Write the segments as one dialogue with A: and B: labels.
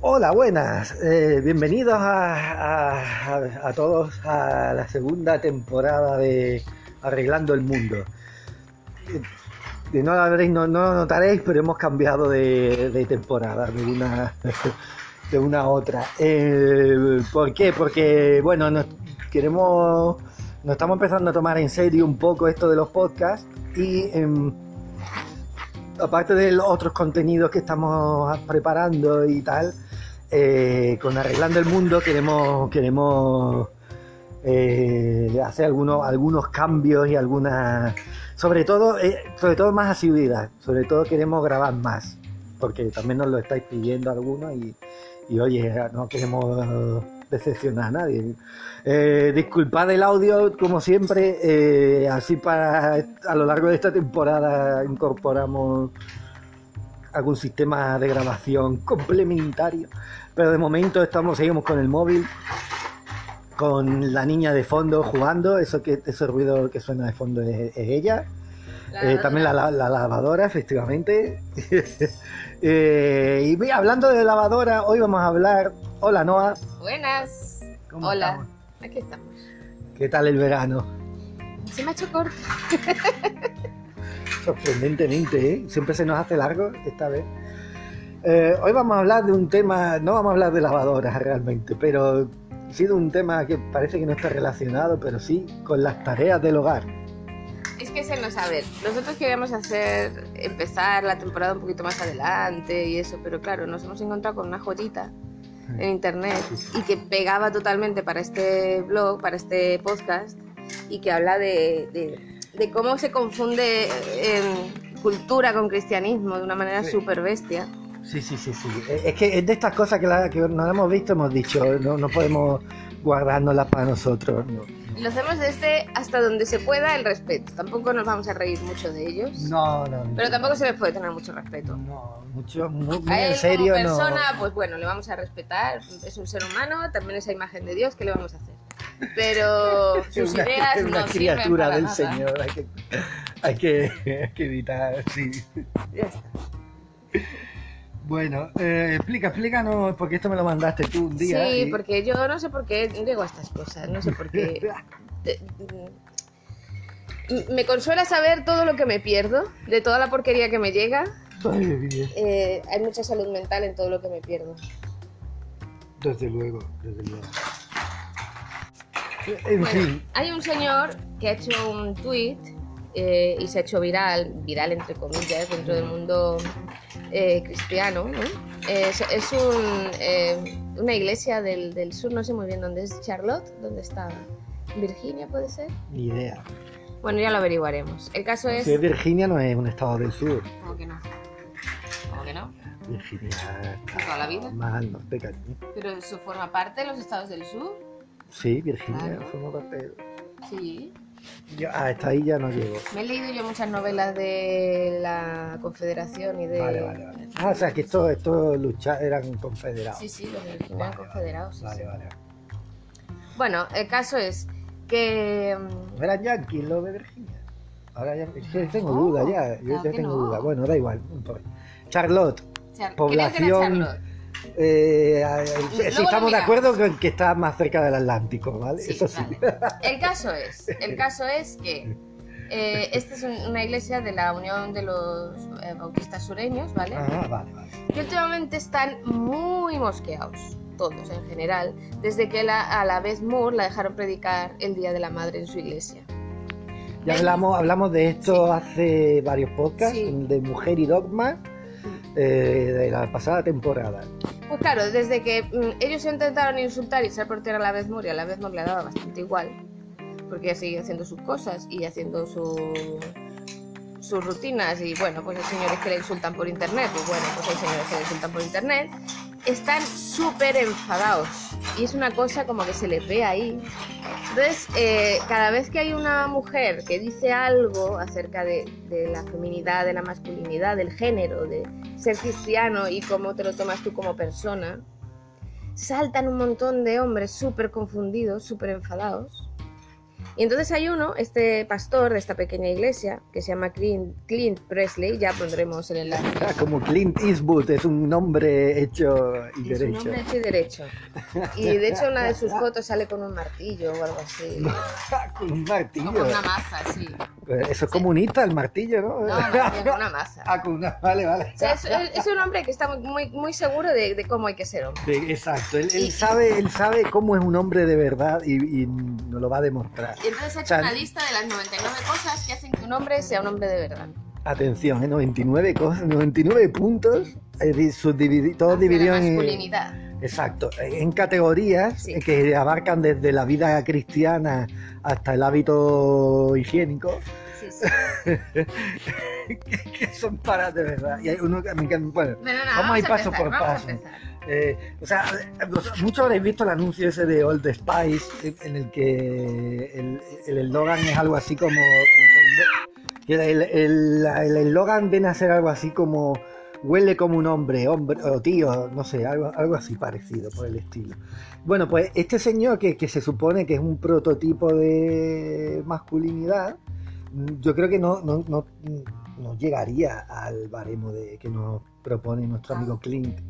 A: Hola, buenas. Eh, bienvenidos a, a- a- a todos a la segunda temporada de Arreglando el Mundo. Eh, eh, No lo, habréis- no, no lo notaréis, pero hemos cambiado de, de temporada, de una, de una a otra. Eh, ¿Por qué? Porque, bueno, nos queremos, nos estamos empezando a tomar en serio un poco esto de los podcasts y... em, aparte de los otros contenidos que estamos preparando y tal, eh, con Arreglando el Mundo queremos, queremos eh, hacer algunos, algunos cambios y algunas... Sobre todo, eh, sobre todo más asiduidad, sobre todo queremos grabar más, porque también nos lo estáis pidiendo algunos y, y, oye, no queremos decepcionar a nadie. Eh, disculpad el audio, como siempre, eh, así para a lo largo de esta temporada incorporamos algún sistema de grabación complementario, pero de momento estamos seguimos con el móvil, con la niña de fondo jugando, eso que ese ruido que suena de fondo es- es ella. Eh, también la, la- la lavadora, efectivamente. Eh, y mira, hablando de lavadora, hoy vamos a hablar. Hola Noah,
B: Buenas.
A: ¿Cómo
B: Hola.
A: estamos?
B: Aquí estamos.
A: ¿qué tal el verano?
B: Se me ha hecho corto.
A: Sorprendentemente, ¿eh? siempre se nos hace largo esta vez. Eh, hoy vamos a hablar de un tema, no vamos a hablar de lavadoras realmente, pero sí de un tema que parece que no está relacionado, pero sí con las tareas del hogar.
B: Es que se nos a ver. Nosotros queríamos hacer empezar la temporada un poquito más adelante y eso, pero claro, nos hemos encontrado con una joyita en internet y que pegaba totalmente para este blog, para este podcast y que habla de, de- de cómo se confunde eh, cultura con cristianismo de una manera
A: Sí.
B: súper bestia.
A: Sí, sí, sí, sí. Eh, Es que es de estas cosas que, la, que nos hemos visto, hemos dicho, no, no podemos guardárnoslas para nosotros. no.
B: Lo hacemos desde hasta donde se pueda el respeto. Tampoco nos vamos a reír mucho de ellos.
A: No, no. no.
B: Pero tampoco se les puede tener mucho respeto.
A: No, mucho, muy, muy
B: A él
A: en serio
B: como persona, pues bueno, le vamos a respetar. Es un ser humano, también esa imagen de Dios, ¿qué le vamos a hacer? Pero
A: no.
B: sus
A: Una-
B: ideas
A: una
B: no sirven
A: criatura
B: para
A: del
B: nada.
A: Señor, hay que, hay que, hay que evitar, sí.
B: Ya está.
A: Bueno, eh, explica, explícanos, porque esto me lo mandaste tú un día.
B: sí,
A: y-
B: porque yo no sé por qué digo estas cosas, no sé por qué. Eh, mm, Me consuela saber todo lo que me pierdo, de toda la porquería que me llega.
A: Ay, bien,
B: Eh, hay mucha salud mental en todo lo que me pierdo.
A: desde luego, desde luego. Eh, En
B: Bueno,
A: fin,
B: hay un señor que ha hecho un tweet y se ha hecho viral, viral entre comillas, dentro del mundo eh, cristiano. ¿no? Eh, Es, es un, eh, una iglesia del, del sur, no sé muy bien dónde es, Charlotte, ¿dónde está? ¿Virginia puede ser?
A: ni idea.
B: Bueno, ya lo averiguaremos. El caso es...
A: Si es Virginia, no es un estado del sur.
B: ¿Cómo que no? ¿Cómo que no?
A: Virginia está
B: ¿Toda la vida?
A: más al norte, cariño.
B: ¿Pero eso forma parte de los estados del sur?
A: Sí, Virginia,
B: Claro.
A: forma parte de-
B: Sí.
A: Yo- ah, hasta ahí ya no llego.
B: Me he leído yo muchas novelas de la Confederación y de...
A: Vale, vale, vale. Ah, o sea, que estos, estos lucha- eran confederados.
B: Eh, Sí, sí, los del
A: Vale, vale,
B: confederados. sí, sí.
A: Vale, vale.
B: Bueno, el caso es que... mm,
A: No eran yanquis los de Virginia. Ahora ya es que tengo
B: No,
A: duda ya. Yo
B: Ah, claro
A: ya
B: que
A: tengo
B: no.
A: duda. Bueno, da igual. no importa. Charlotte.
B: Char- Creo que
A: Población- eh,
B: era Charlotte.
A: eh, si
B: Luego lo
A: estamos de
B: miramos.
A: acuerdo con que está más cerca del Atlántico, ¿vale?
B: Sí,
A: Eso sí.
B: vale. El caso es, el caso es que eh, esta es un- una iglesia de la Unión de los eh, Bautistas Sureños, ¿vale?
A: Ah, vale, vale.
B: Que últimamente están muy mosqueados, todos en general, desde que la, a la vez Moore la dejaron predicar el Día de la Madre en su iglesia.
A: Ya hablamos, hablamos de esto hace varios podcasts,
B: Sí.
A: de Mujer y Dogma, eh, de la pasada temporada.
B: Pues claro, desde que mm, ellos intentaron insultar y echar por tierra a la vez Moore, y a la vez Moore le daba bastante igual, porque ella seguía haciendo sus cosas y haciendo su- sus rutinas, y bueno, pues hay señores que le insultan por internet, pues bueno, pues hay señores que le insultan por internet, están súper enfadados, y es una cosa como que se les ve ahí. Entonces, eh, cada vez que hay una mujer que dice algo acerca de, de la feminidad, de la masculinidad, del género, de, ser cristiano y cómo te lo tomas tú como persona, saltan un montón de hombres súper confundidos, súper enfadados, Y entonces hay uno, este pastor de esta pequeña iglesia, que se llama Clint, Clint Presley, ya pondremos el enlace.
A: Ah, como Clint Eastwood, es un nombre hecho y
B: Es un
A: derecho.
B: hombre hecho y derecho. Y de hecho una de sus fotos sale con un martillo o algo así.
A: Con un
B: O
A: martillo. Pues
B: con una maza, sí.
A: Eso es comunista, el martillo, ¿no?
B: No, más bien, con una maza.
A: ah, con una, vale, vale.
B: O sea, es, es un hombre que está muy- muy, muy seguro de, de cómo hay que ser hombre.
A: Sí, Exacto, él, él
B: Y-
A: sabe, él sabe cómo es un hombre de verdad y, y nos lo va a demostrar.
B: Y entonces ha
A: O sea,
B: hecho una lista de las 99 cosas que hacen que un hombre sea un hombre de verdad.
A: Atención, ¿eh? 99 cosas, 99 puntos, eh, di- subdividi- todos
B: De la
A: divididos en,
B: masculinidad.
A: exacto, en categorías
B: Sí.
A: eh, que abarcan desde la vida cristiana hasta el hábito higiénico,
B: Sí, sí.
A: que son para de verdad. Y hay uno que me encanta, bueno,
B: Bueno, nada,
A: Vamos a ir paso
B: empezar,
A: por
B: vamos a
A: paso.
B: empezar.
A: Eh, o sea, eh, vos- muchos habréis visto el anuncio ese de Old Spice, en- en el que el el eslogan es algo así como. un segundo. Que El el- el eslogan viene a ser algo así como. Huele como un hombre, hombre o tío, no sé, algo, algo así parecido por el estilo. Bueno, pues este señor que, que se supone que es un prototipo de masculinidad, mm, yo creo que no, no, no, no llegaría al baremo de, que nos propone nuestro amigo Clint.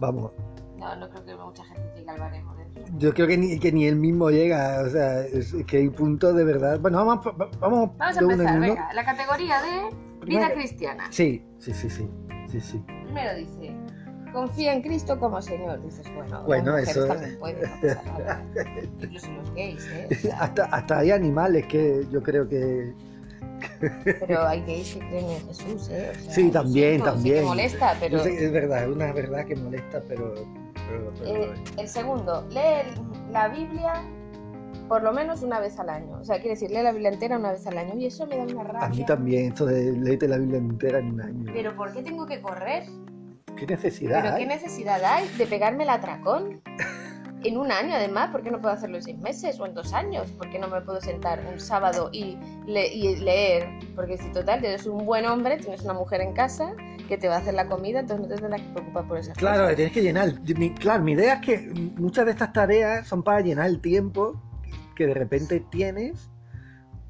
A: Vamos,
B: No, no creo que mucha gente llegue al baremo de esto.
A: yo creo que ni, que ni él mismo llega, o sea, es que hay puntos de verdad. Bueno, vamos, va- vamos,
B: Vamos a
A: de uno en
B: empezar,
A: uno.
B: venga. La categoría de vida
A: Primero-
B: cristiana.
A: Sí, sí, sí, sí, sí, sí.
B: Primero dice, confía en Cristo como Señor. Dices, bueno,
A: Bueno,
B: las mujeres
A: eso-
B: también pueden, no pasa nada. Incluso los gays, ¿eh? O sea,
A: Hasta, hasta hay animales que yo creo que...
B: Pero hay gays que creen en Jesús, ¿eh? O sea,
A: Sí,
B: lo
A: también,
B: siento, sé que
A: también.
B: molesta, pero...
A: yo sé que es verdad, es una verdad que molesta, pero... pero- pero-
B: Eh, el segundo, lee el- la Biblia por lo menos una vez al año. O sea, quiere decir, lee la Biblia entera una vez al año. Y eso me da una rabia.
A: a mí también, esto de leerte la Biblia entera en un año.
B: Pero ¿por qué tengo que correr?
A: ¿Qué necesidad?
B: ¿Pero
A: hay?
B: qué necesidad hay de pegarme el atracón? En un año, además, ¿por qué no puedo hacerlo en seis meses o en dos años? ¿Por qué no me puedo sentar un sábado y, le- y leer? Porque si total, eres un buen hombre, tienes una mujer en casa que te va a hacer la comida, entonces no te tendrás que preocupar por esas
A: Claro,
B: cosas.
A: que tienes que llenar. Mi- claro, mi idea es que muchas de estas tareas son para llenar el tiempo que de repente tienes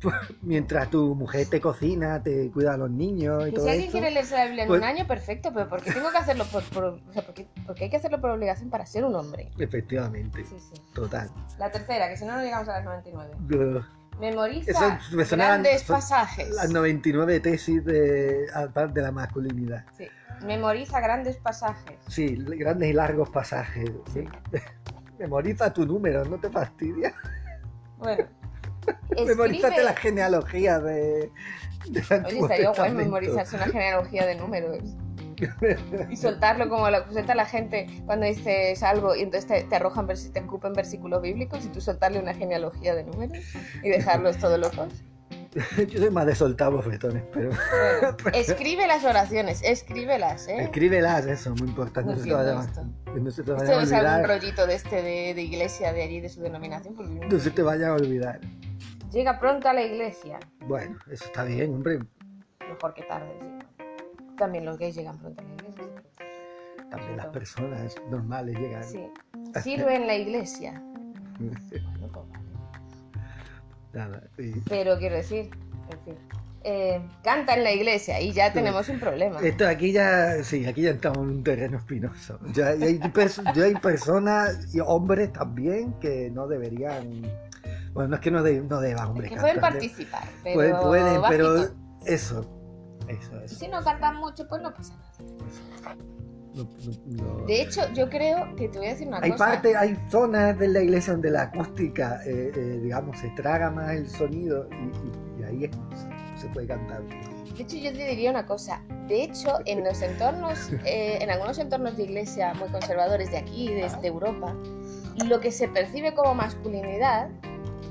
A: mientras tu mujer te cocina, te cuida a los niños y
B: Que
A: todo
B: si alguien
A: eso.
B: quiere leerse la Biblia en
A: pues-
B: un año, perfecto, pero ¿por qué tengo que hacerlo por, por- o sea, por qué- por qué hay que hacerlo por obligación para ser un hombre?
A: Efectivamente,
B: Sí, sí.
A: total.
B: La tercera, que si no, no llegamos a las 99.
A: Yo-
B: Memoriza
A: Eso me suena-
B: grandes
A: son-
B: pasajes.
A: Las 99 tesis de, ah, de la masculinidad.
B: Sí. Memoriza grandes pasajes.
A: Sí, grandes y largos pasajes. ¿sí? Memoriza tu número, no te fastidies.
B: Bueno. escribe-
A: Memorízate la genealogía de, del
B: Oye,
A: Antiguo
B: estaría guay
A: Testamento.
B: memorizarse una genealogía de números. Y soltarlo como lo suelta la gente cuando dices algo y entonces te, te arrojan, vers- te ocupan versículos bíblicos y tú soltarle una genealogía de números y dejarlos todos locos.
A: Yo soy más de soltar bofetones, pero...
B: Bueno,
A: Pues,
B: escribe las oraciones, escríbelas, ¿eh?
A: Escríbelas, eso, muy importante.
B: Lo
A: No se te vaya,
B: siento
A: no se te vaya
B: Esto
A: a
B: es algún
A: olvidar.
B: rollito de este de, de iglesia de allí, de su denominación. porque yo no
A: No
B: sé.
A: se te vaya a olvidar.
B: Llega pronto a la iglesia,
A: Bueno, eso está bien, hombre.
B: mejor que tarde. sí. También los gays llegan pronto a la iglesia.
A: También las personas normales llegan.
B: Sí. Sirve en la iglesia. Bueno, pues vale.
A: Nada, y-
B: Pero quiero decir, en fin. Eh, canta en la iglesia y ya tenemos un problema.
A: Esto aquí ya, sí, aquí ya estamos en un terreno espinoso. Ya, ya hay, perso- ya hay personas y hombres también que no deberían. Bueno, no es que no, de- no deban, hombre.
B: Que pueden
A: cantar.
B: participar, pero.
A: Pueden, pueden, pero
B: bajito.
A: eso. Eso,
B: Y
A: eso.
B: Si no cantan mucho, pues no pasa nada.
A: No- no- no-
B: De hecho, yo creo que te voy a decir una
A: Hay
B: cosa.
A: parte, hay zonas de la iglesia donde la acústica, eh, eh, digamos, se traga más el sonido y, y- y ahí es- se puede cantar.
B: De hecho, yo te diría una cosa. De hecho, en los entornos, eh, en algunos entornos de iglesia muy conservadores de aquí, de,
A: Ah.
B: de Europa, lo que se percibe como masculinidad,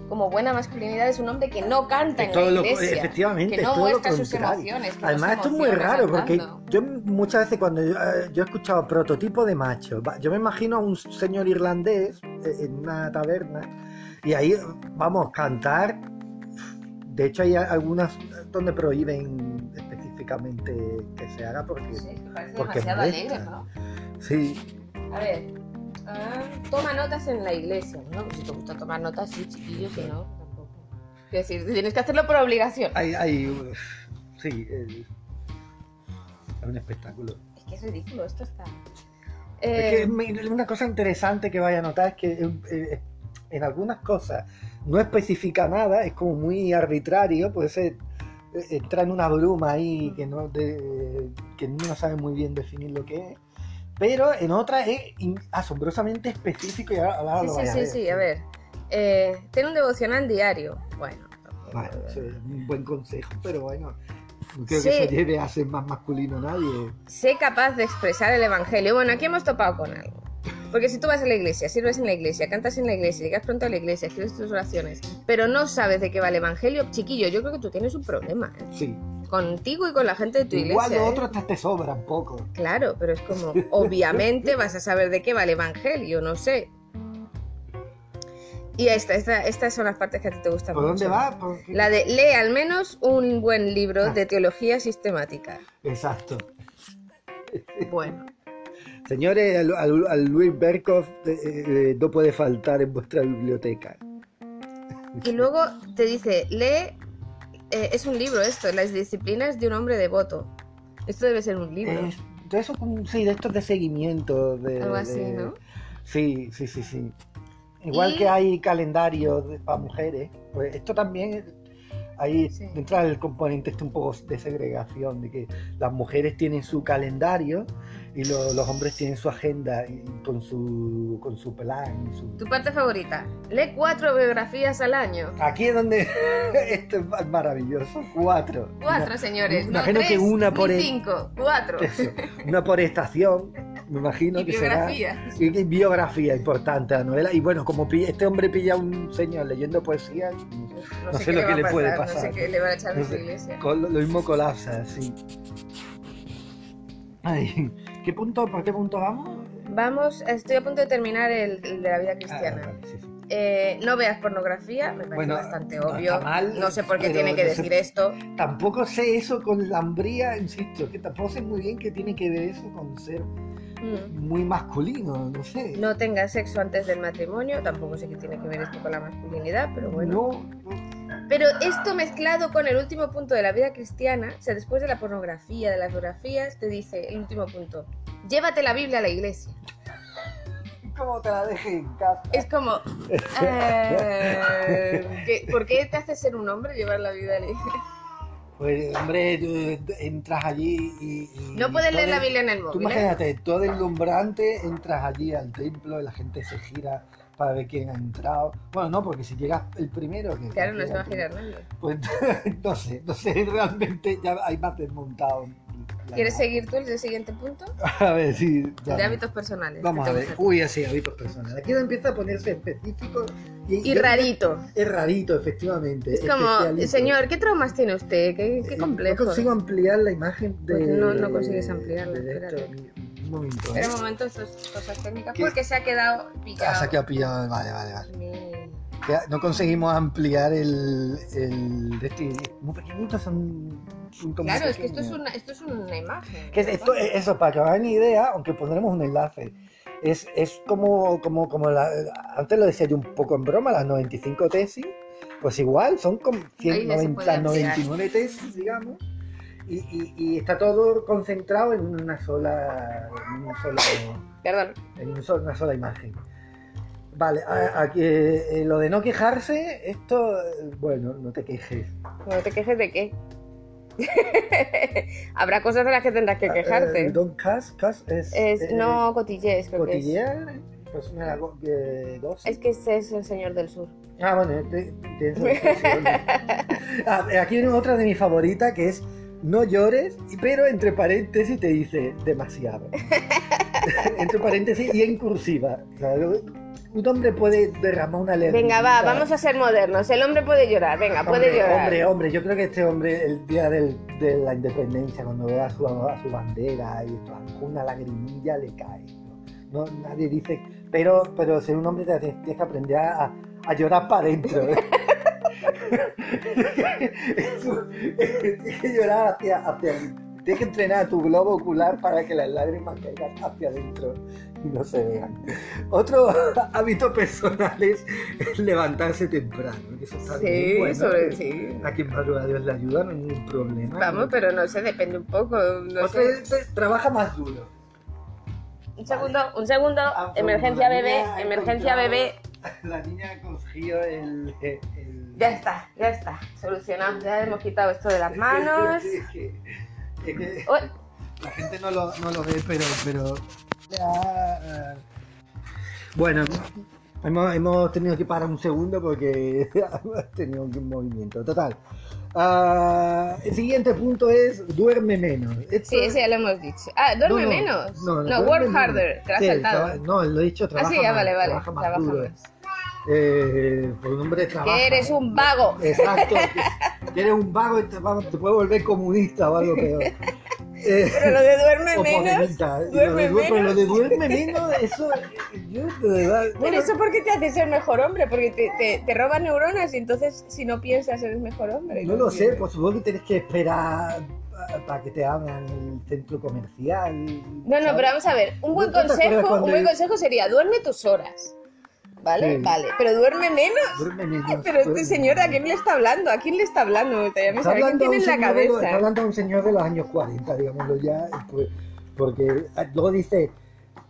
B: como buena masculinidad, es un hombre que no canta en
A: Es todo
B: la
A: lo-
B: iglesia,
A: efectivamente,
B: que
A: es
B: no
A: todo lo
B: muestra sus
A: contrario.
B: emociones. que no
A: Además,
B: se
A: esto es muy
B: emociona
A: raro porque
B: cantando.
A: yo muchas veces cuando yo, eh, yo he escuchado prototipo de macho, va- yo me imagino a un señor irlandés eh, en una taberna y ahí vamos cantar. De hecho, hay a- algunas donde prohíben específicamente que se haga porque
B: Sí, es que parece
A: porque
B: demasiado
A: molesta.
B: alegre, ¿no?
A: sí,
B: A ver, Pues ah, toma notas en la iglesia, ¿no? Si te gusta tomar notas, sí, chiquillo, que no, tampoco. Quiero decir, tienes que hacerlo por obligación.
A: Hay, hay, uf, sí, eh, es un espectáculo.
B: Es que es ridículo, esto está.
A: Es
B: Eh,
A: que me- una cosa interesante que vaya a notar es que eh, eh, en algunas cosas no especifica nada, es como muy arbitrario, puede ser eh, entra en una bruma ahí
B: Mm.
A: que no de- que no sabe muy bien definir lo que es, pero en otras es in- asombrosamente específico y ahora, ahora
B: sí,
A: lo
B: sí,
A: vais
B: sí, sí, a ver. Eh, tiene un devocional diario. Bueno.
A: Vale,
B: eh,
A: eso es un buen consejo, pero bueno, no creo que
B: Sí.
A: se lleve a ser más masculino nadie.
B: sé capaz de expresar el evangelio. Bueno, aquí hemos topado con algo. Porque si tú vas a la iglesia, sirves en la iglesia, cantas en la iglesia, llegas pronto a la iglesia, escribes tus oraciones, pero no sabes de qué va el evangelio, chiquillo, yo creo que tú tienes un problema ¿eh?
A: Sí,
B: contigo y con la gente de tu
A: igual
B: iglesia.
A: los
B: ¿eh?
A: otros te, te sobran poco.
B: Claro, pero es como, obviamente vas a saber de qué va el evangelio, no sé. Y esta, esta, estas son las partes que a ti te gustan
A: ¿Por dónde
B: mucho.
A: va? ¿Por qué?
B: La de lee al menos un buen libro
A: Ah.
B: de teología sistemática.
A: Exacto.
B: Bueno,
A: Señores, al, al- al Luis Berkoff eh, eh, no puede faltar en vuestra biblioteca.
B: Y luego te dice, lee, eh, es un libro esto, las disciplinas de un hombre devoto. Esto debe ser un libro,
A: Eh, de eso, como- sí, de estos de seguimiento. De,
B: algo así,
A: de-
B: ¿no?
A: Sí, sí, sí, sí. Igual
B: Y-
A: que hay calendarios de- para mujeres, pues esto también, ahí
B: Sí.
A: entra el componente este un poco de segregación, de que las mujeres tienen su calendario y lo- los hombres tienen su agenda y- con su, con su plan. su-
B: Tu parte favorita, lee cuatro biografías al año.
A: Aquí es donde esto es maravilloso. Cuatro.
B: Cuatro, señores. no
A: imagino
B: tres,
A: que una
B: ni
A: por el-
B: cinco, cuatro.
A: Eso, una por estación, me imagino
B: Y
A: que será.
B: biografías.
A: Y, y biografía importante la novela. Y bueno, como pilla- este hombre pilla a un señor leyendo poesía,
B: No,
A: sé lo
B: va
A: que
B: a
A: le puede
B: No
A: pasar.
B: sé qué le va a echar
A: No
B: en
A: sé.
B: la iglesia.
A: col- lo mismo colapsa, sí. Ay, ¿qué punto, ¿Por qué punto vamos?
B: Vamos, estoy a punto de terminar el, el de la vida
A: Ah,
B: cristiana.
A: vale, sí, sí.
B: Eh, no veas pornografía, me parece
A: Bueno,
B: bastante
A: no
B: obvio.
A: está mal,
B: no sé por qué
A: pero
B: tiene que
A: no sé-
B: decir esto.
A: Tampoco sé eso con la hambría, insisto, que tampoco sé muy bien qué tiene que ver eso con ser
B: Mm.
A: muy masculino, no sé.
B: no tengas sexo antes del matrimonio, tampoco sé qué tiene que ver esto con la masculinidad, pero bueno.
A: No, no.
B: Pero esto mezclado con el último punto de la vida cristiana, o sea, después de la pornografía, de las biografías, te dice el último punto, llévate la Biblia a la iglesia.
A: ¿Cómo te la dejé en casa?
B: Es como, eh, ¿qué- ¿por qué te hace ser un hombre llevar la Biblia a la iglesia?
A: Pues, hombre, tú entras allí y. y-
B: No puedes leer
A: todo
B: la
A: el-
B: Biblia en el
A: Mm, Tú
B: móvil. ¿eh?
A: imagínate, todo deslumbrante, entras allí al templo y la gente se gira para ver quién ha entrado. Bueno, no, porque si llegas el primero. Que
B: Claro, no se va a
A: llega
B: girar
A: el
B: nadie.
A: primero, Pues no sé, no sé, realmente ya hay más desmontado. la
B: ¿Quieres
A: nave.
B: seguir tú el siguiente punto?
A: A ver, sí. ya.
B: De hábitos personales.
A: Vamos
B: ¿qué
A: a
B: te
A: ver.
B: gusta?
A: Uy, así, hábitos personales. Aquí ya empieza a ponerse específico y,
B: Y rarito.
A: Es rarito, efectivamente.
B: Es como,
A: especialito.
B: señor, ¿qué traumas tiene usted? ¿Qué,
A: Eh,
B: qué complejo?
A: No consigo ampliar la imagen de.
B: Pues no, no consigues ampliarla,
A: de esto. Un momento. ¿eh?
B: Espera un momento, esto es cosas técnicas.
A: ¿Qué?
B: Porque se ha quedado
A: Ah,
B: pillado.
A: se ha quedado pillado. Vale, vale, vale.
B: Mi-
A: Ya, no conseguimos ampliar el. el de este, muy pequeñito, son puntos muy
B: Claro, es que esto es
A: pequeños.
B: una, esto es una imagen.
A: Que es esto- Eh,
B: ¿verdad?
A: eso, para que hagan idea, aunque pondremos un enlace. Es, es como, como, como la, antes lo decía yo un poco en broma, las 95 tesis, pues igual, son como
B: Ahí ya se puede
A: 190,
B: ampliar.
A: 99 tesis, digamos, y, y- y está todo concentrado en una sola, en un solo-
B: Perdón.
A: en un sol- una sola imagen. Vale, a- a que- eh, lo de no quejarse, esto, eh, bueno, no te quejes.
B: No te quejes de qué. Habrá cosas de las que tendrás que
A: Eh,
B: quejarte.
A: don't cuss, cuss es...
B: Es,
A: eh,
B: no cotillees, creo que es. Ah.
A: cotillear, pues una go- eh, dos.
B: Es que ese es el señor del sur.
A: Ah, bueno, te- te- Ah, aquí viene otra de mis favoritas que es no llores, pero entre paréntesis te dice demasiado. entre paréntesis y en cursiva. O sea, un hombre puede derramar una alerta.
B: Venga, va, vamos a ser modernos. El hombre puede llorar, venga, puede llorar.
A: Hombre, hombre, yo creo que este hombre, el día del- de la independencia, cuando vea su, a su bandera y esto, una lagrimilla le cae. ¿no? No, nadie dice, pero, pero ser un hombre te te- tienes que aprender a, a llorar para adentro. ¿eh? Es un- tienes que llorar hacia, hacia el- Tienes que entrenar tu globo ocular para que las lágrimas caigan hacia adentro y no se vean. Otro hábito personal es levantarse temprano. que Eso está
B: Sí,
A: bien bueno.
B: sobre sí.
A: A quien madruga Dios le ayuda, no hay ningún problema.
B: Vamos, pero no sé, depende un poco. no
A: Otro
B: sé.
A: es, es- trabaja más duro.
B: Un segundo, un segundo.
A: Ah, pues,
B: Emergencia
A: la
B: bebé,
A: niña ha
B: emergencia
A: encontrado-
B: bebé.
A: La niña ha cogido el... el-
B: Ya está, ya está. Solucionado. Ya hemos quitado esto de las manos.
A: Es que- es que-
B: Uy,
A: La gente no lo, no lo ve, pero... pero... Ah, ah. Bueno, hemos, hemos tenido que parar un segundo porque hemos tenido un movimiento. Total. Ah, el siguiente punto es duerme menos. Esto-
B: Sí, ese ya lo hemos dicho. Ah, duerme
A: no, no,
B: menos.
A: No,
B: No,
A: no, duerme
B: work
A: menos.
B: harder. Te lo has
A: Sí,
B: saltado.
A: traba- No, lo he dicho,
B: Ah,
A: trabaja
B: sí, ya
A: más,
B: vale, vale.
A: Trabaja más
B: Trabaja
A: duro.
B: más.
A: Eh, por un hombre trabaja.
B: Que eres un vago.
A: Exacto. que- que eres un vago y te, va- te puede volver comunista o algo peor. Eh,
B: Pero lo de duerme
A: o
B: menos.
A: podemita. Lo
B: duerme
A: de du- Pero lo
B: menos.
A: de duerme menos, eso... Yo de verdad...
B: Pero
A: bueno,
B: eso porque te hace ser mejor hombre, porque te, te, te roban neuronas y entonces si no piensas eres mejor hombre.
A: No lo sé, pues, por supuesto que tienes que esperar pa- para que te abran el centro comercial.
B: No, no,
A: ¿sabes?
B: pero vamos a ver, un buen
A: ¿No te acuerdas
B: consejo, un
A: cuando-
B: buen consejo sería duerme tus horas. ¿Vale?
A: Sí.
B: Vale. Pero duerme menos.
A: Duerme menos,
B: Pero
A: duerme
B: este señor, ¿a
A: menos.
B: quién le está hablando? ¿A quién le está hablando? Te llamas
A: Está
B: a ver quién
A: hablando,
B: tiene
A: un
B: en la
A: señor de los- está
B: cabeza.
A: hablando un señor de los años 40, digámoslo ya, pues, porque ah, luego dice,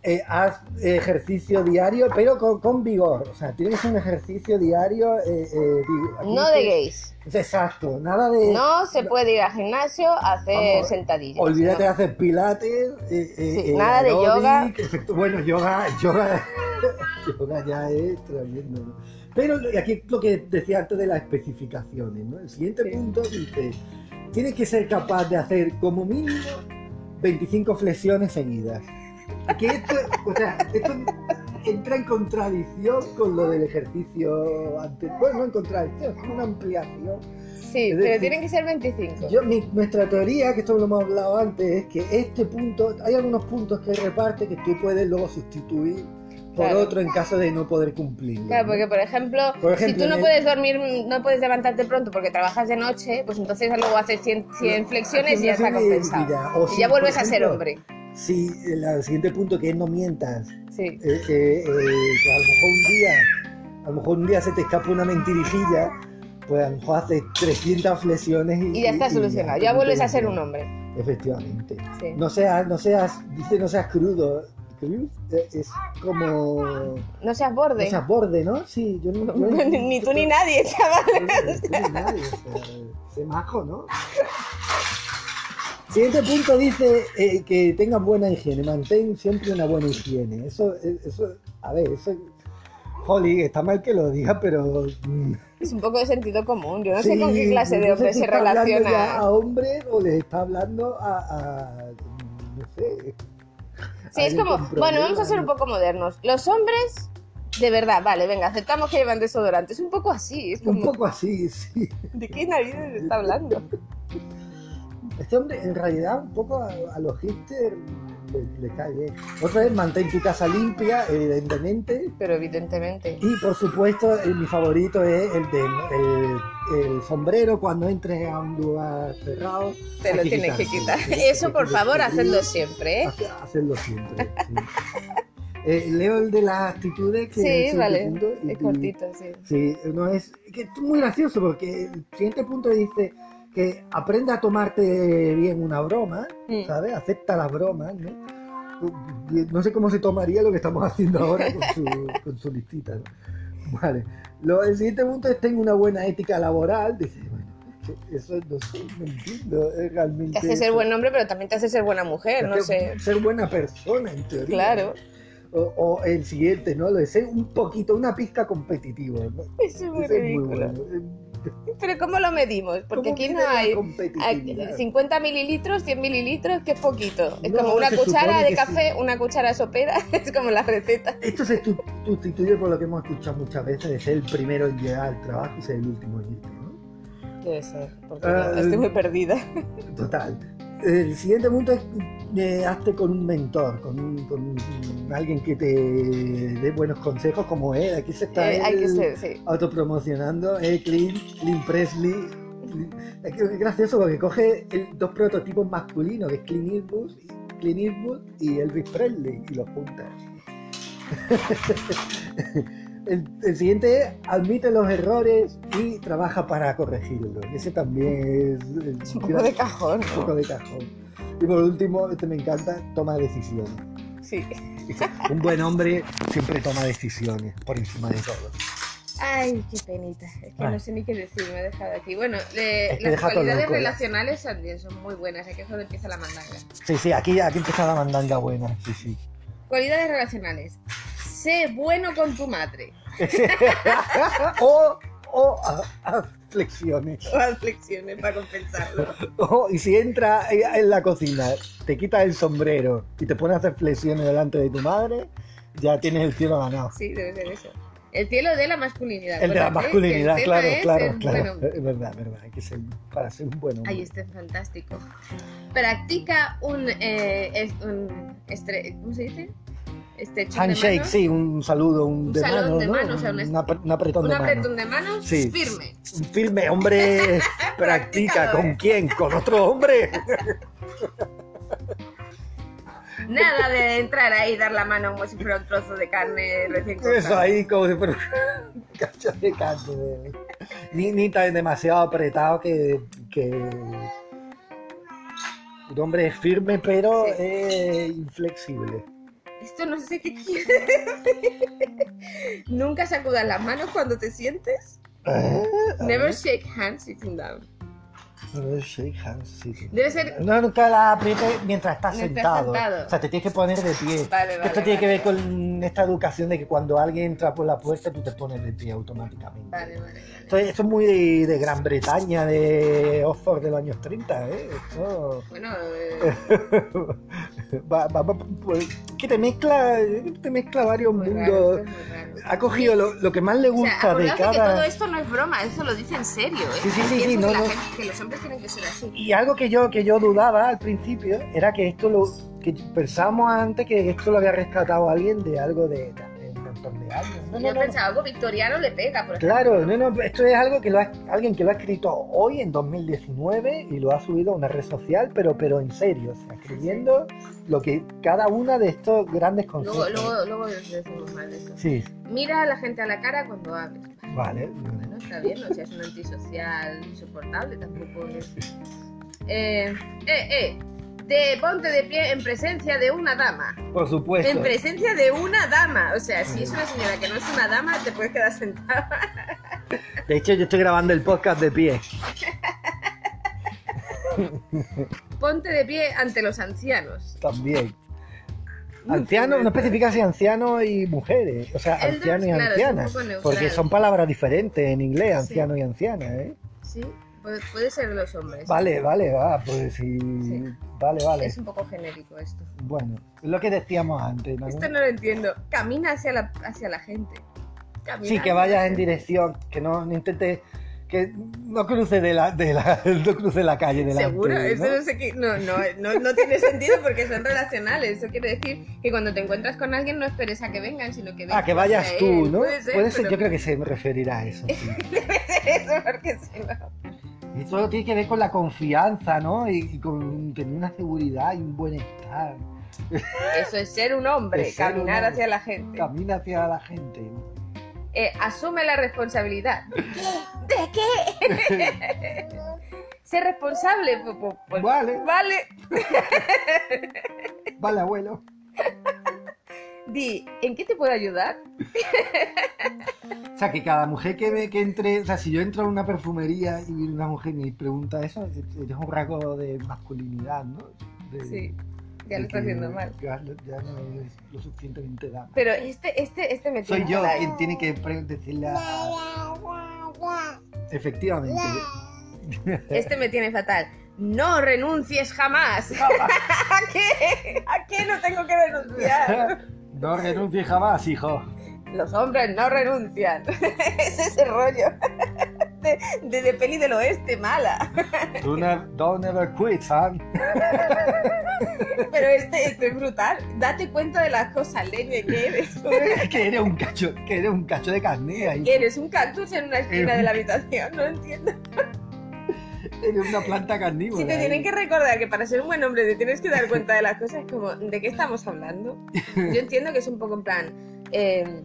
A: eh, haz ejercicio diario, pero con, con vigor. O sea, tiene que ser un ejercicio diario. eh, eh, di- aquí
B: No de
A: dice-
B: gays.
A: Exacto, nada de.
B: No se puede ir al gimnasio a hacer
A: Vamos,
B: sentadillas.
A: Olvídate de
B: no.
A: hacer pilates. eh, eh,
B: Sí,
A: eh,
B: nada de
A: aeróbic,
B: yoga.
A: efecto- Bueno, yoga, yoga, yoga ya es tremendo. ¿no? Pero lo- aquí lo que decía antes de las especificaciones, ¿no? El siguiente
B: Sí.
A: punto dice, tienes que ser capaz de hacer como mínimo 25 flexiones seguidas. Que esto, o sea, esto entra en contradicción con lo del ejercicio antes. Bueno, no en contradicción, es una ampliación
B: Sí,
A: es
B: pero
A: decir,
B: tienen que ser 25.
A: yo- mi- nuestra teoría, que esto lo hemos hablado antes, es que este punto, hay algunos puntos que reparte que tú puedes luego sustituir por
B: Claro.
A: otro en caso de no poder cumplirlo.
B: Claro,
A: ¿no?
B: porque por ejemplo,
A: Por ejemplo, eh.
B: si tú
A: en
B: no
A: el-
B: puedes dormir, no puedes levantarte pronto porque trabajas de noche, pues entonces luego haces 100, 100 flexiones y ya está
A: Flexiones
B: compensado.
A: o
B: Y
A: si,
B: ya
A: por
B: vuelves a ser
A: ejemplo,
B: hombre.
A: Si el, el siguiente punto que es no mientas,
B: Sí.
A: eh, eh, eh, que a lo mejor un día, a lo mejor un día se te escapa una mentirijilla, pues a lo mejor haces 300 flexiones y,
B: Y ya está solucionado. Ya
A: no te
B: vuelves a ser
A: dicen.
B: un hombre.
A: Efectivamente.
B: Sí.
A: No seas, no seas, dice no seas crudo. Cruz eh, es como.
B: No seas
A: No
B: borde.
A: seas borde, ¿no? Sí, yo no. yo-
B: ni tú ni nadie, chaval.
A: yo- yo- yo ni nadie, o sea, sé majo, ¿no? Siguiente punto dice eh, que tengan buena higiene, mantén siempre una buena higiene. Eso, eh, eso, a ver, eso. Jolly, está mal que lo diga, pero. mm,
B: Es un poco de sentido común. Yo no
A: sí,
B: sé con qué clase de
A: no sé
B: hombre
A: si
B: se
A: está hablando ya
B: relaciona.
A: A hombres o les está hablando a. a no sé.
B: Sí, es
A: Hay
B: como,
A: algún
B: bueno, vamos a
A: problema,
B: ser
A: ¿no?
B: un poco modernos. Los hombres, de verdad, vale, venga, aceptamos que llevan desodorante. Es un poco así. Es
A: Un
B: como,
A: poco así, sí.
B: ¿de qué narices está hablando?
A: Este hombre, en realidad, un poco a, a los hipster le, le cae bien. Otra vez, mantén tu casa limpia, evidentemente.
B: Pero evidentemente.
A: Y por supuesto, eh, mi favorito es el de el, el sombrero cuando entres a un lugar cerrado.
B: Te
A: hay
B: lo tienes que quitar.
A: quitárselo.
B: Eso, por favor, hacedlo
A: siempre.
B: siempre, ¿eh?
A: Hacerlo siempre. sí. Eh, leo el de las actitudes que es el
B: Sí,
A: siguiente
B: vale.
A: punto, y-
B: Es
A: y-
B: cortito, sí.
A: Sí, no es, que es muy gracioso porque el siguiente punto dice que aprende a tomarte bien una broma,
B: Mm.
A: ¿sabes? Acepta las bromas, ¿no? No sé cómo se tomaría lo que estamos haciendo ahora con su, con su listita, ¿no? Vale. Lo- el siguiente punto es tengo una buena ética laboral. Dice, bueno, es que eso no sé, no entiendo eh,
B: Te
A: realmente.
B: hace ser
A: eso.
B: buen hombre, pero también te hace ser buena
A: Te
B: mujer, no
A: hace
B: sé.
A: Ser buena persona, en teoría.
B: Claro.
A: O, o el siguiente, ¿no? Lo de ser un poquito, una pizca competitivo, ¿no?
B: Eso es muy
A: Eso es muy
B: ridículo.
A: bueno.
B: Pero ¿cómo lo medimos?
A: ¿Cómo
B: Porque aquí no
A: mide la
B: hay... Aquí,
A: competitividad?
B: 50 Ah, mililitros, 100 mililitros, que es poquito. Es
A: No,
B: como una
A: se
B: cuchara
A: supone
B: de
A: que
B: café, una cuchara sopera, es como la receta.
A: Esto se tu- sustituye por lo que hemos escuchado muchas veces de ser el primero en llegar al trabajo y ser el último en irte, ¿no?
B: Debe ser, porque
A: Ah,
B: no, estoy muy perdida.
A: Total. El siguiente punto es eh, hazte con un mentor, con, un- con un- alguien que te dé buenos consejos como él. Aquí se está
B: Eh, hay que
A: él
B: ser, sí.
A: autopromocionando. Eh, Clint, Clint Presley, Es que es gracioso porque coge el- dos prototipos masculinos, que es Clint Eastwood, Clint Eastwood y Elvis Presley, y los junta. el, el siguiente es admite los errores y trabaja para corregirlos. Ese también es,
B: Es un poco de cajón,
A: un poco
B: ¿no?
A: de cajón. Y por último, este me encanta, toma decisiones.
B: Sí.
A: Un buen hombre siempre toma decisiones por encima de todo.
B: Ay, qué penita. Es que
A: Ay.
B: no sé ni qué decir, me he dejado aquí. Bueno, de-
A: Es que
B: las
A: deja todo
B: cualidades
A: loco, ¿eh?
B: relacionales también son muy buenas. Aquí es donde empieza la mandanga.
A: Sí, sí, aquí, aquí empieza la mandanga buena. Sí, sí.
B: Cualidades relacionales. Sé bueno con tu madre.
A: o o a- a flexiones.
B: O haz flexiones para compensarlo.
A: O, y si entra en la cocina, te quita el sombrero y te pone a hacer flexiones delante de tu madre, ya tienes el cielo ganado.
B: Sí, debe ser eso. El cielo de la masculinidad.
A: El de la
B: Bueno, ¿eh?
A: masculinidad,
B: El
A: claro,
B: tema es
A: claro,
B: el-
A: claro. Eh, mm.
B: bueno,
A: Es verdad, verdad. Hay que ser, para ser un buen hombre.
B: Ay, este es fantástico. Practica un, eh, es- un estre- ¿cómo se dice? Este
A: Handshake, sí, un saludo, un,
B: Un
A: de
B: salón
A: mano,
B: de
A: ¿no?
B: mano, o sea, un-
A: un, apre- un apretón
B: Un
A: de mano.
B: apretón de manos
A: Sí.
B: firme.
A: Un firme hombre practica.
B: Practicador.
A: ¿Con quién? ¿Con otro hombre?
B: Nada de entrar ahí y dar la mano como si fuera un trozo de carne recién
A: Eso
B: cortada.
A: ahí como si fuera un cacho de canto. de- Ni, ni tan demasiado apretado que, que... Un hombre es firme pero
B: Sí.
A: eh, inflexible.
B: Esto no sé qué quiere decir. Nunca sacudas las manos cuando te sientes.
A: Eh, a
B: Never
A: ver.
B: shake hands sitting down.
A: Never shake hands, sí.
B: Debe ser-
A: No, nunca la apriete mientras estás
B: Mientras
A: sentado.
B: sentado.
A: O sea, te tienes que poner de pie.
B: Vale, vale.
A: Esto tiene
B: vale.
A: que ver con esta educación de que cuando alguien entra por la puerta tú te pones de pie automáticamente.
B: Vale, vale, vale.
A: Esto, esto es muy de, de Gran Bretaña, de Oxford de los años 30, ¿eh? Esto...
B: Bueno, eh,
A: va, va- va- pues, que te mezcla, te mezcla varios
B: muy raro,
A: mundos.
B: esto es muy raro.
A: Ha cogido lo, lo que más le
B: O sea,
A: gusta de
B: acordaos de que todo
A: cada...
B: esto no es broma, eso lo dice en serio. ¿eh?
A: Sí, sí, sí, sí,
B: Pienso
A: no,
B: que, la
A: no.
B: gente- que los hombres tienen que ser así.
A: Y algo que yo, que yo dudaba al principio era que esto lo... que pensábamos antes que esto lo había rescatado alguien de algo de, de hace un montón de años. No,
B: Yo
A: no, no, no.
B: pensaba, algo victoriano le pega, por ejemplo.
A: Claro, no, no, esto es algo que lo ha- alguien que lo ha escrito hoy en 2019 y lo ha subido a una red social, pero, pero en serio, o sea, escribiendo lo que cada una de estos grandes
B: Luego,
A: conceptos.
B: luego, luego decimos mal de eso.
A: Sí,
B: Mira a la gente a la cara cuando hables.
A: vale.
B: Bueno, está bien, o sea, es un antisocial insoportable, tampoco es. Eh, eh, eh. De ponte de pie en presencia de una dama.
A: Por
B: En
A: supuesto.
B: presencia de una dama. O sea, si es una señora que no es una dama, te puedes quedar sentada.
A: De hecho, yo estoy grabando el podcast de pie.
B: Ponte de pie ante los ancianos.
A: También. Ancianos, no especifica si ancianos y mujeres, o sea,
B: Elders,
A: ancianos y
B: claro, es un
A: ancianas,
B: poco neutral.
A: porque son palabras diferentes en inglés,
B: Sí.
A: anciano y anciana, ¿eh?
B: Sí, puede, puede ser de los hombres.
A: Vale, vale, va, pues sí,
B: Sí.
A: vale, vale.
B: Es un poco genérico esto.
A: Bueno, es lo que decíamos antes. ¿no?
B: Esto no lo entiendo. Camina hacia la, hacia la gente. Camina
A: Sí, que
B: hacia
A: vayas
B: la
A: en
B: gente.
A: dirección, que no, no intentes, que no cruce de la, de la, no cruce la calle delante.
B: Seguro,
A: ¿no?
B: eso no, sé qué- no, no, no- no tiene sentido porque son relacionales. Eso quiere decir que cuando te encuentras con alguien no esperes a que vengan, sino que vengan.
A: Ah, que vayas tú, ¿no?
B: Puede ser,
A: yo creo que se me referirá a eso. sí.
B: eso porque si no.
A: Y todo tiene que ver con la confianza, ¿no? Y, y con tener una seguridad y un buen estar.
B: Eso es ser un hombre,
A: Es ser un
B: caminar
A: hombre.
B: hacia la gente.
A: Camina hacia la gente. ¿no?
B: Eh, asume la responsabilidad. ¿De qué? Ser responsable. pu- pu- pu-
A: Vale.
B: Vale.
A: Vale, abuelo.
B: Di, ¿en qué te puedo ayudar?
A: O sea, que cada mujer que ve que entre, o sea, si yo entro a una perfumería y viene una mujer y me pregunta eso, es es un rasgo de masculinidad, ¿no? De-
B: Sí,
A: de
B: ya lo está
A: que
B: haciendo mal.
A: Ya, lo- ya no es lo suficientemente dama.
B: Pero este, este, este me
A: Soy
B: tiene
A: yo
B: mal ahí.
A: quien tiene que pre- decirle a... Efectivamente.
B: Este me tiene fatal. No renuncies jamás. ¿A qué? ¿A qué no tengo que renunciar?
A: no renuncies jamás, hijo.
B: Los hombres no renuncian. Es ese rollo. De, de, de peli del oeste, mala.
A: Do ne- don't ever quit, son.
B: Pero este, este es brutal. Date cuenta de las cosas, leñe, que eres.
A: que eres un cacho, que eres un cacho de carne ahí.
B: Que eres un cactus en una esquina de la habitación. No entiendo.
A: Eres una planta carnívora.
B: Si te tienen que recordar que para ser un buen hombre te tienes que dar cuenta de las cosas, como, ¿de qué estamos hablando? Yo entiendo que es un poco en plan, eh,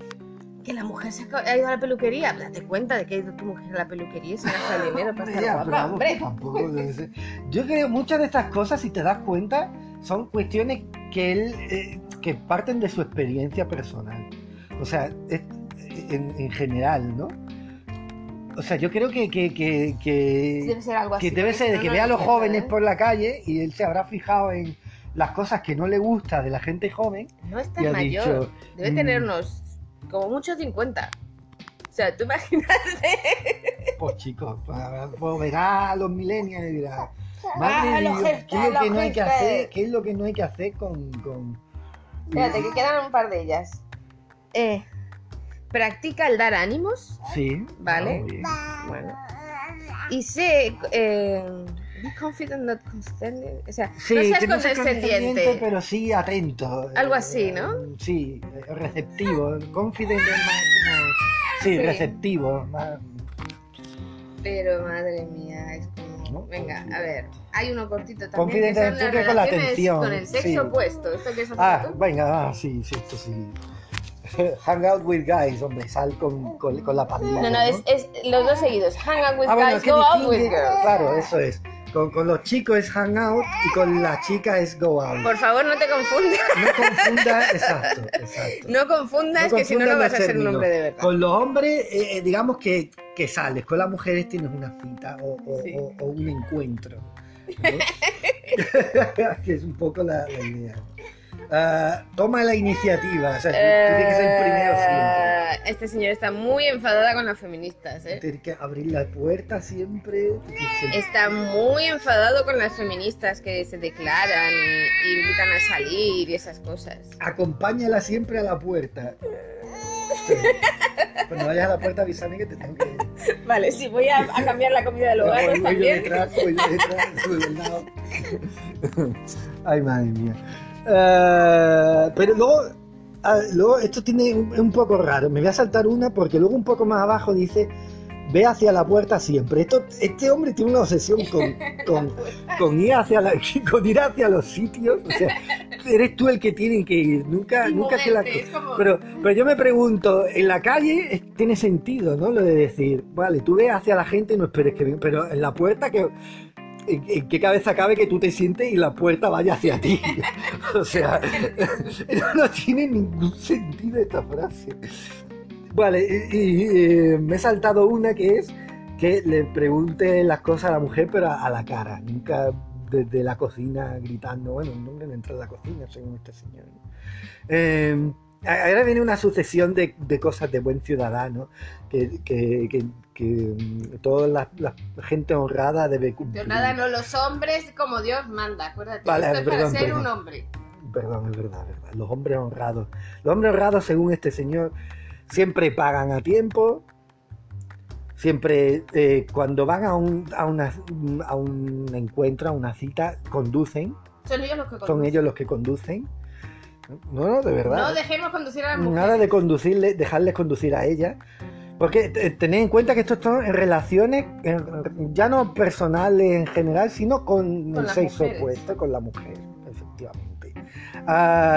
B: que la mujer se ha ca- ha ido a la peluquería, date cuenta de que ha ido tu mujer a la peluquería y se gasta el dinero para
A: Hombre,
B: estar
A: ya,
B: guapa,
A: pero vamos,
B: hombre.
A: tampoco, yo sé. Yo creo muchas de estas cosas, si te das cuenta, son cuestiones que él eh, que parten de su experiencia personal. O sea, es- en, en general, ¿no? O sea, yo creo que, que, que, que-
B: Debe ser algo así.
A: que debe ser de
B: No,
A: que
B: no,
A: vea a
B: no
A: los
B: entiendo,
A: jóvenes
B: ¿eh?
A: por la calle y él se habrá fijado en las cosas que no le gusta de la gente joven
B: No es
A: y
B: tan
A: ha
B: mayor.
A: dicho,
B: Debe tener
A: Mm.
B: unos, como mucho 50. O sea, tú imagínate.
A: pues chicos, pues, pues, verá a los millennials y dirá,
B: Ah,
A: Madre de
B: los
A: Dios,
B: gestos,
A: ¿qué es lo que
B: los
A: no hay que
B: gestos.
A: hacer? ¿Qué es lo que no hay que hacer con...? con...
B: Espérate, que quedan un par de ellas. Eh, practica el dar ánimos.
A: Sí.
B: Vale.
A: Ah, muy bien.
B: Bueno. Y sé. Eh, be confident, not condescending. O sea,
A: Sí,
B: no seas
A: que no seas
B: condescendiente.
A: pero sí atento.
B: Algo así, ¿no?
A: Eh, Sí, eh, receptivo. Confident es más como... Sí,
B: Sí.
A: receptivo. más-
B: Pero madre mía, es como.
A: No,
B: Venga,
A: confidente.
B: a ver. Hay uno cortito también.
A: Confidente
B: Que son
A: en el
B: las
A: público, la
B: relaciones
A: atención,
B: Con el sexo
A: sí.
B: opuesto. ¿Esto qué es
A: Ah,
B: tú?
A: venga, ah, sí, sí, esto sí. Hang out with guys, hombre, sal con, con, con la pandilla.
B: No, no, es, es los dos seguidos. Hang out with
A: Ah, bueno,
B: Pues guys,
A: ¿qué
B: go out
A: distingue?
B: with girls.
A: Claro, eso es. Con, con los chicos es hang out y con las chicas es go out.
B: Por favor, no te confundas.
A: No confunda, exacto, exacto.
B: No confundas, que si no, no
A: confundan
B: vas
A: los
B: a ser un
A: términos.
B: hombre de verdad.
A: Con los hombres, eh, eh, digamos que, que sales, con las mujeres tienes una cita o, o-
B: Sí.
A: o- o un encuentro. ¿no? que es un poco la, la idea. Ah, toma la iniciativa, o sea, tú tienes que ser el primero siempre.
B: Eh, Este señor está muy enfadada con las feministas, ¿eh?
A: Tienes que abrir la puerta siempre. tú tienes que ser-
B: Está muy enfadado con las feministas que se declaran y, y invitan a salir y esas cosas.
A: Acompáñala siempre a la puerta. Sí. Cuando vayas a la puerta, avísame que te tengo que.
B: Vale, sí, voy a, a cambiar la comida del hogar
A: Voy, voy yo
B: también.
A: detrás, voy yo detrás, voy del lado. Ay, madre mía. Eh, pero luego, ah, luego esto tiene un, un poco raro. Me voy a saltar una porque luego un poco más abajo dice, ve hacia la puerta siempre. Esto, este hombre tiene una obsesión con, con, con ir hacia la- con ir hacia los sitios. O sea, eres tú el que tienen que ir. Nunca,
B: Y
A: nunca que la...
B: moverte, es como-
A: Pero, pero yo me pregunto, en la calle es- tiene sentido, ¿no? Lo de decir, vale, tú ves hacia la gente y no esperes que venga, pero en la puerta que... ¿En, en qué cabeza cabe que tú te sientes y la puerta vaya hacia ti? o sea, no, no tiene ningún sentido esta frase. Vale, y, y, eh, me he saltado una que es que le pregunte las cosas a la mujer, pero a, a la cara, nunca desde la cocina gritando. Bueno, un hombre no entra en la cocina, según este señor. ¿no? Eh, a- ahora viene una sucesión de, de cosas de buen ciudadano que, que, que- que, mm, toda la, la gente honrada debe
B: Pero
A: cumplir.
B: nada, no, los hombres como Dios manda, acuérdate.
A: Vale,
B: Esto es para
A: perdón,
B: ser
A: perdón.
B: un hombre.
A: Perdón, es verdad, es verdad. Los hombres honrados. Los hombres honrados, según este señor, siempre pagan a tiempo. Siempre, eh, cuando van a un, a, una- a un encuentro, a una cita, conducen.
B: Son ellos los que
A: Son
B: conducen.
A: ellos los que conducen. No, no, de verdad.
B: No dejemos conducir a las mujeres.
A: Nada de conducirle, dejarles conducir a ella. Porque eh, tened en cuenta que esto son en relaciones, en- ya no personales en general, sino con,
B: Con
A: el
B: las
A: sexo
B: mujeres.
A: opuesto, con la mujer, efectivamente.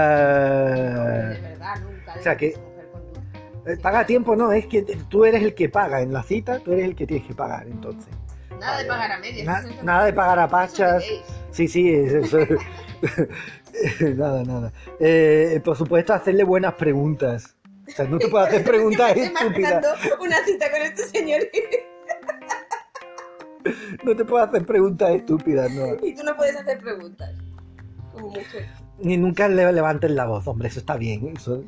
A: Ah,
B: de verdad, nunca.
A: o sea que-
B: dejes una mujer conducir.
A: eh, paga a tiempo, no, es que tú eres el que paga en la cita, tú eres el que tienes que pagar, entonces.
B: Nada de
A: Vale.
B: pagar a medias.
A: Na-
B: eso es lo-
A: nada de pagar a
B: eso es lo
A: pachas.
B: que veis.
A: Sí, sí, es eso. nada, nada. Eh, por supuesto, hacerle buenas preguntas. O sea, no te puedo hacer preguntas
B: Estoy
A: estúpidas.
B: imaginando una cita con este señor y,
A: No te puedo hacer preguntas estúpidas, no.
B: y tú no puedes hacer preguntas. Como mujer.
A: Ni nunca le levantes la voz, hombre, eso está bien. Eso,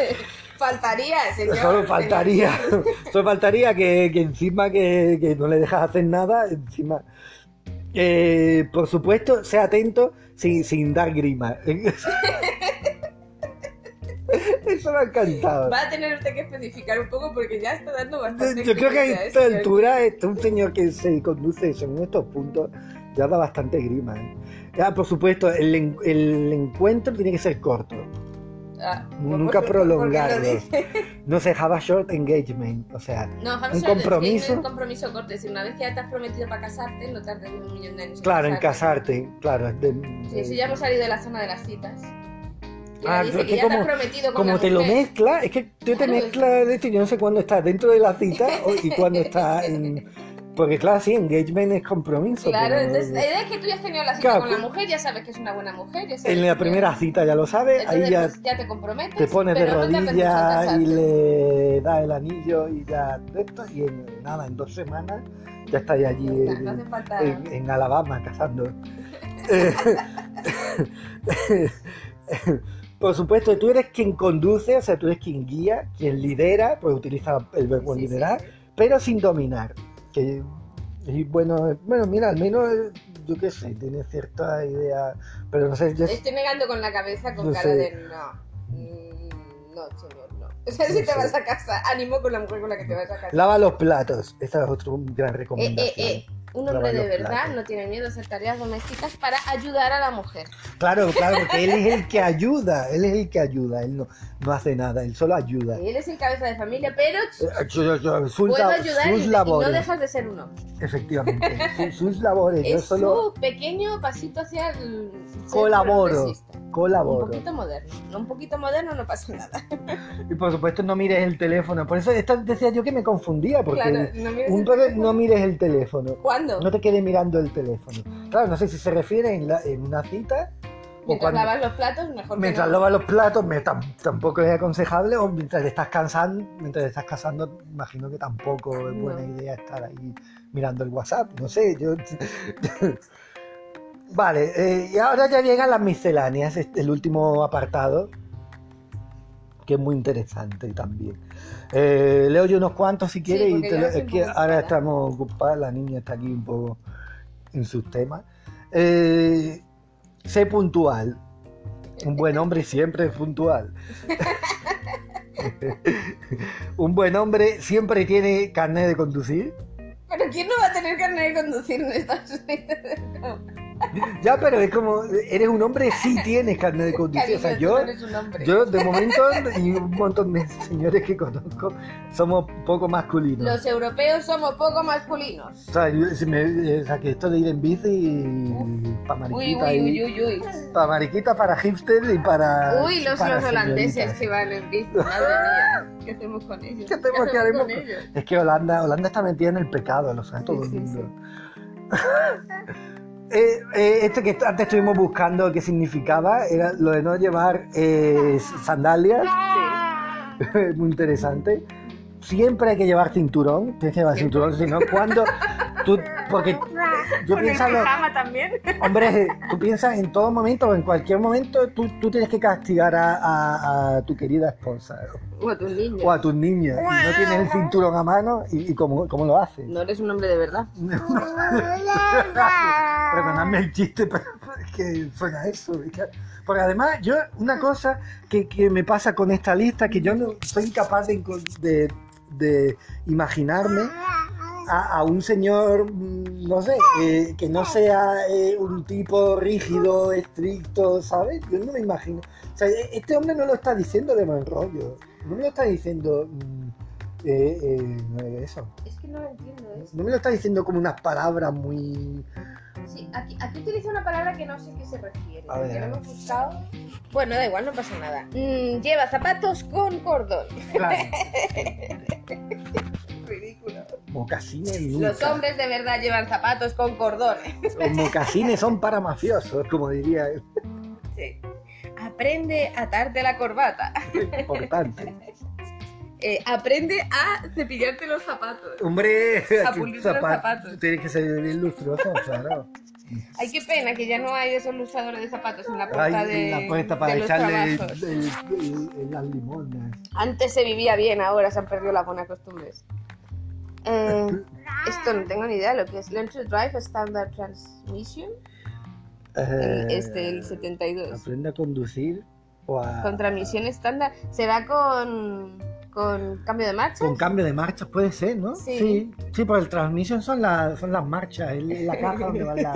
B: Faltaría, señor.
A: solo faltaría. Solo faltaría que, que encima que, que no le dejas hacer nada, encima. Eh, por supuesto, sea atento sin, sin dar grima. Eso me ha encantado.
B: Va a tener usted que especificar un poco porque ya está dando bastante.
A: Yo creo que a
B: grima, ¿eh,
A: esta
B: señor?
A: altura este, un señor que se conduce según estos puntos ya da bastante grima. ¿eh? Ah, por supuesto, el, en- el encuentro tiene que ser corto.
B: ah, por-
A: Nunca
B: por- por- porque lo
A: prolongarlo.
B: dice.
A: No se dejaba short engagement, o sea,
B: No, Hamshaw
A: Un
B: tiene
A: compromiso.
B: Un compromiso corto. Es decir, una vez que ya te has prometido para casarte, no tardes un millón de años.
A: claro, en
B: casarte.
A: casarte, claro. es de-
B: Sí, sí, ya hemos salido de la zona de las citas. Y
A: Ah,
B: ahora
A: pero es
B: dice que
A: que
B: ya te
A: como-
B: has prometido con
A: Como
B: la
A: te lo
B: mujer.
A: mezcla, es que tú te
B: Claro, es-
A: mezclas de esto y yo no sé cuándo estás dentro de la cita o- y cuándo estás en... Porque claro, sí, engagement es compromiso.
B: Claro,
A: pero-
B: entonces la idea es que tú ya has tenido la cita
A: Claro,
B: con
A: pues-
B: la mujer, ya sabes que es una buena mujer. Ya sabes
A: En la
B: que-
A: primera cita ya lo sabes,
B: entonces,
A: ahí ya
B: pues, ya te comprometes.
A: te pones de
B: pero no te apetece
A: rodillas
B: casarte.
A: y le das el anillo y ya de esto y en, nada, en dos semanas ya estáis allí
B: Ya está, no hace
A: en,
B: falta.
A: en- en Alabama casando. Eh, Por supuesto, tú eres quien conduce, o sea, tú eres quien guía, quien lidera, pues utiliza el verbo
B: Sí, sí,
A: liderar,
B: sí.
A: pero sin dominar. Que, y bueno, bueno, mira, al menos eh, yo qué sé, tiene cierta idea, pero no sé, yo
B: Estoy negando con la cabeza con
A: No
B: cara
A: sé.
B: de no. Mm, No, señor, no. O sea, si
A: No
B: te
A: sé.
B: vas a casar, ánimo con la mujer con la que te vas a casar.
A: Lava los platos. Esta es otra gran
B: Eh,
A: recomendación.
B: eh, eh. Un hombre
A: Lavar
B: de
A: los
B: verdad
A: platos.
B: no tiene miedo a hacer tareas domésticas para ayudar a la mujer.
A: Claro, claro, porque él es el que ayuda. Él es el que ayuda. Él no, no hace nada. Él solo ayuda.
B: Él es el cabeza de familia, pero
A: Eh, yo- yo- yo- Sus,
B: puedo
A: la-
B: ayudar y,
A: sus
B: y
A: labores.
B: no dejas de ser un hombre.
A: Efectivamente. Sus, sus labores. Yo
B: Es
A: solo
B: su pequeño pasito hacia el ser
A: Colaboro.
B: progresista. Un
A: colaboro.
B: poquito moderno. No, Un poquito moderno no pasa nada.
A: Y por supuesto no mires el teléfono. Por eso esto decía yo que me confundía. Porque
B: Claro, no mires
A: un
B: el
A: padre,
B: teléfono.
A: no mires el teléfono.
B: ¿Cuándo?
A: No te quedes mirando el teléfono. Claro, no sé si se refiere en, la- en una cita o
B: Mientras
A: cuando...
B: lavas los platos, mejor que
A: Mientras
B: no.
A: lavas los platos, me- tam- tampoco es aconsejable, o mientras te estás cansando, mientras te estás casando, imagino que tampoco es buena
B: No.
A: idea estar ahí mirando el WhatsApp, no sé, yo... vale, eh, y ahora ya llegan las misceláneas, este, el último apartado, que es muy interesante también. Eh, leo yo unos cuantos si quieres, y
B: porque
A: te
B: ya
A: lo-
B: estoy
A: es
B: un
A: que
B: poco
A: ahora
B: ocupada.
A: estamos ocupados, la niña está aquí un poco en sus temas. Eh, sé puntual. Un buen hombre siempre es puntual. Un buen hombre siempre tiene carnet de conducir.
B: Pero ¿quién no va a tener carnet de conducir en Estados Unidos?
A: Ya, pero es como, eres un hombre, sí tienes carnet de conducir. O
B: Cariño,
A: sea,
B: tú
A: yo,
B: no eres un hombre.
A: yo de momento y un montón de señores que conozco somos poco masculinos.
B: Los europeos somos poco masculinos.
A: O sea, yo- si me- o sea, que esto de ir en bici para
B: Uy,
A: mariquita, eh.
B: uy,
A: y-
B: uy, uy, uy.
A: para mariquita, para hipster y para
B: Uy, los,
A: para
B: los holandeses
A: señoritas.
B: que van en bici, madre mía. ¿Qué hacemos con ellos?
A: ¿Qué hacemos? ¿Qué haremos
B: con
A: con-
B: ellos?
A: Es que Holanda, Holanda está metida en el pecado, lo sabe
B: Sí,
A: todo el
B: sí,
A: mundo. Eh, eh, este que antes estuvimos buscando qué significaba era lo de no llevar eh, sandalias, muy interesante. Siempre hay que llevar cinturón, tienes que llevar
B: Siempre.
A: cinturón, si no, ¿cuándo? Tú, porque yo pienso, lo-
B: también.
A: hombre, tú piensas en todo momento, en cualquier momento, tú, tú tienes que castigar a, a- a tu querida esposa
B: O a tus niños.
A: o a tus niños. Y no tienes el cinturón a mano, ¿y, y cómo, cómo lo haces?
B: No eres un hombre de verdad.
A: Perdonadme el chiste, pero es que suena eso. es que- Porque además, yo, una cosa que, que me pasa con esta lista, que yo no soy incapaz de, encon- de- de imaginarme a, a un señor, mm, no sé, eh, que no sea eh, un tipo rígido, estricto, ¿sabes? Yo no me imagino. O sea, e- este hombre no lo está diciendo de buen rollo, no me lo está diciendo mm, eh, eh, eso.
B: Es que no lo entiendo ¿eh? eso.
A: No me lo está diciendo como unas palabras muy...
B: Sí, aquí, aquí utiliza una palabra que no sé a qué se refiere.
A: A ver,
B: porque
A: a
B: no
A: ver.
B: hemos buscado. Bueno, da igual, no pasa nada. Mm, lleva zapatos con cordón.
A: Claro.
B: Ridículo.
A: Mocasines nunca.
B: Los hombres de verdad llevan zapatos con cordón.
A: Los mocasines son para mafiosos, como diría él.
B: Sí. Aprende a atarte la corbata.
A: importante.
B: Eh, aprende a cepillarte los zapatos.
A: Hombre,
B: A pulirte los zapatos.
A: Tiene que ser bien lustroso, claro.
B: Ay, qué pena que ya no hay esos luchadores de zapatos en la puerta
A: Hay
B: de,
A: la puesta para
B: de los
A: echarle
B: trabajos.
A: el- el- el- las limonas.
B: Antes se vivía bien, ahora se han perdido las buenas costumbres. Eh, esto no tengo ni idea de lo que es. Learn to Drive Standard Transmission, el,
A: Eh,
B: este, el 72.
A: Aprende a conducir o a...
B: Contramisión estándar. Será con. ¿Con cambio de marcha?
A: Con cambio de marchas puede ser, ¿no?
B: Sí.
A: Sí, sí, porque el transmission son, las son las marchas, es la caja donde van las...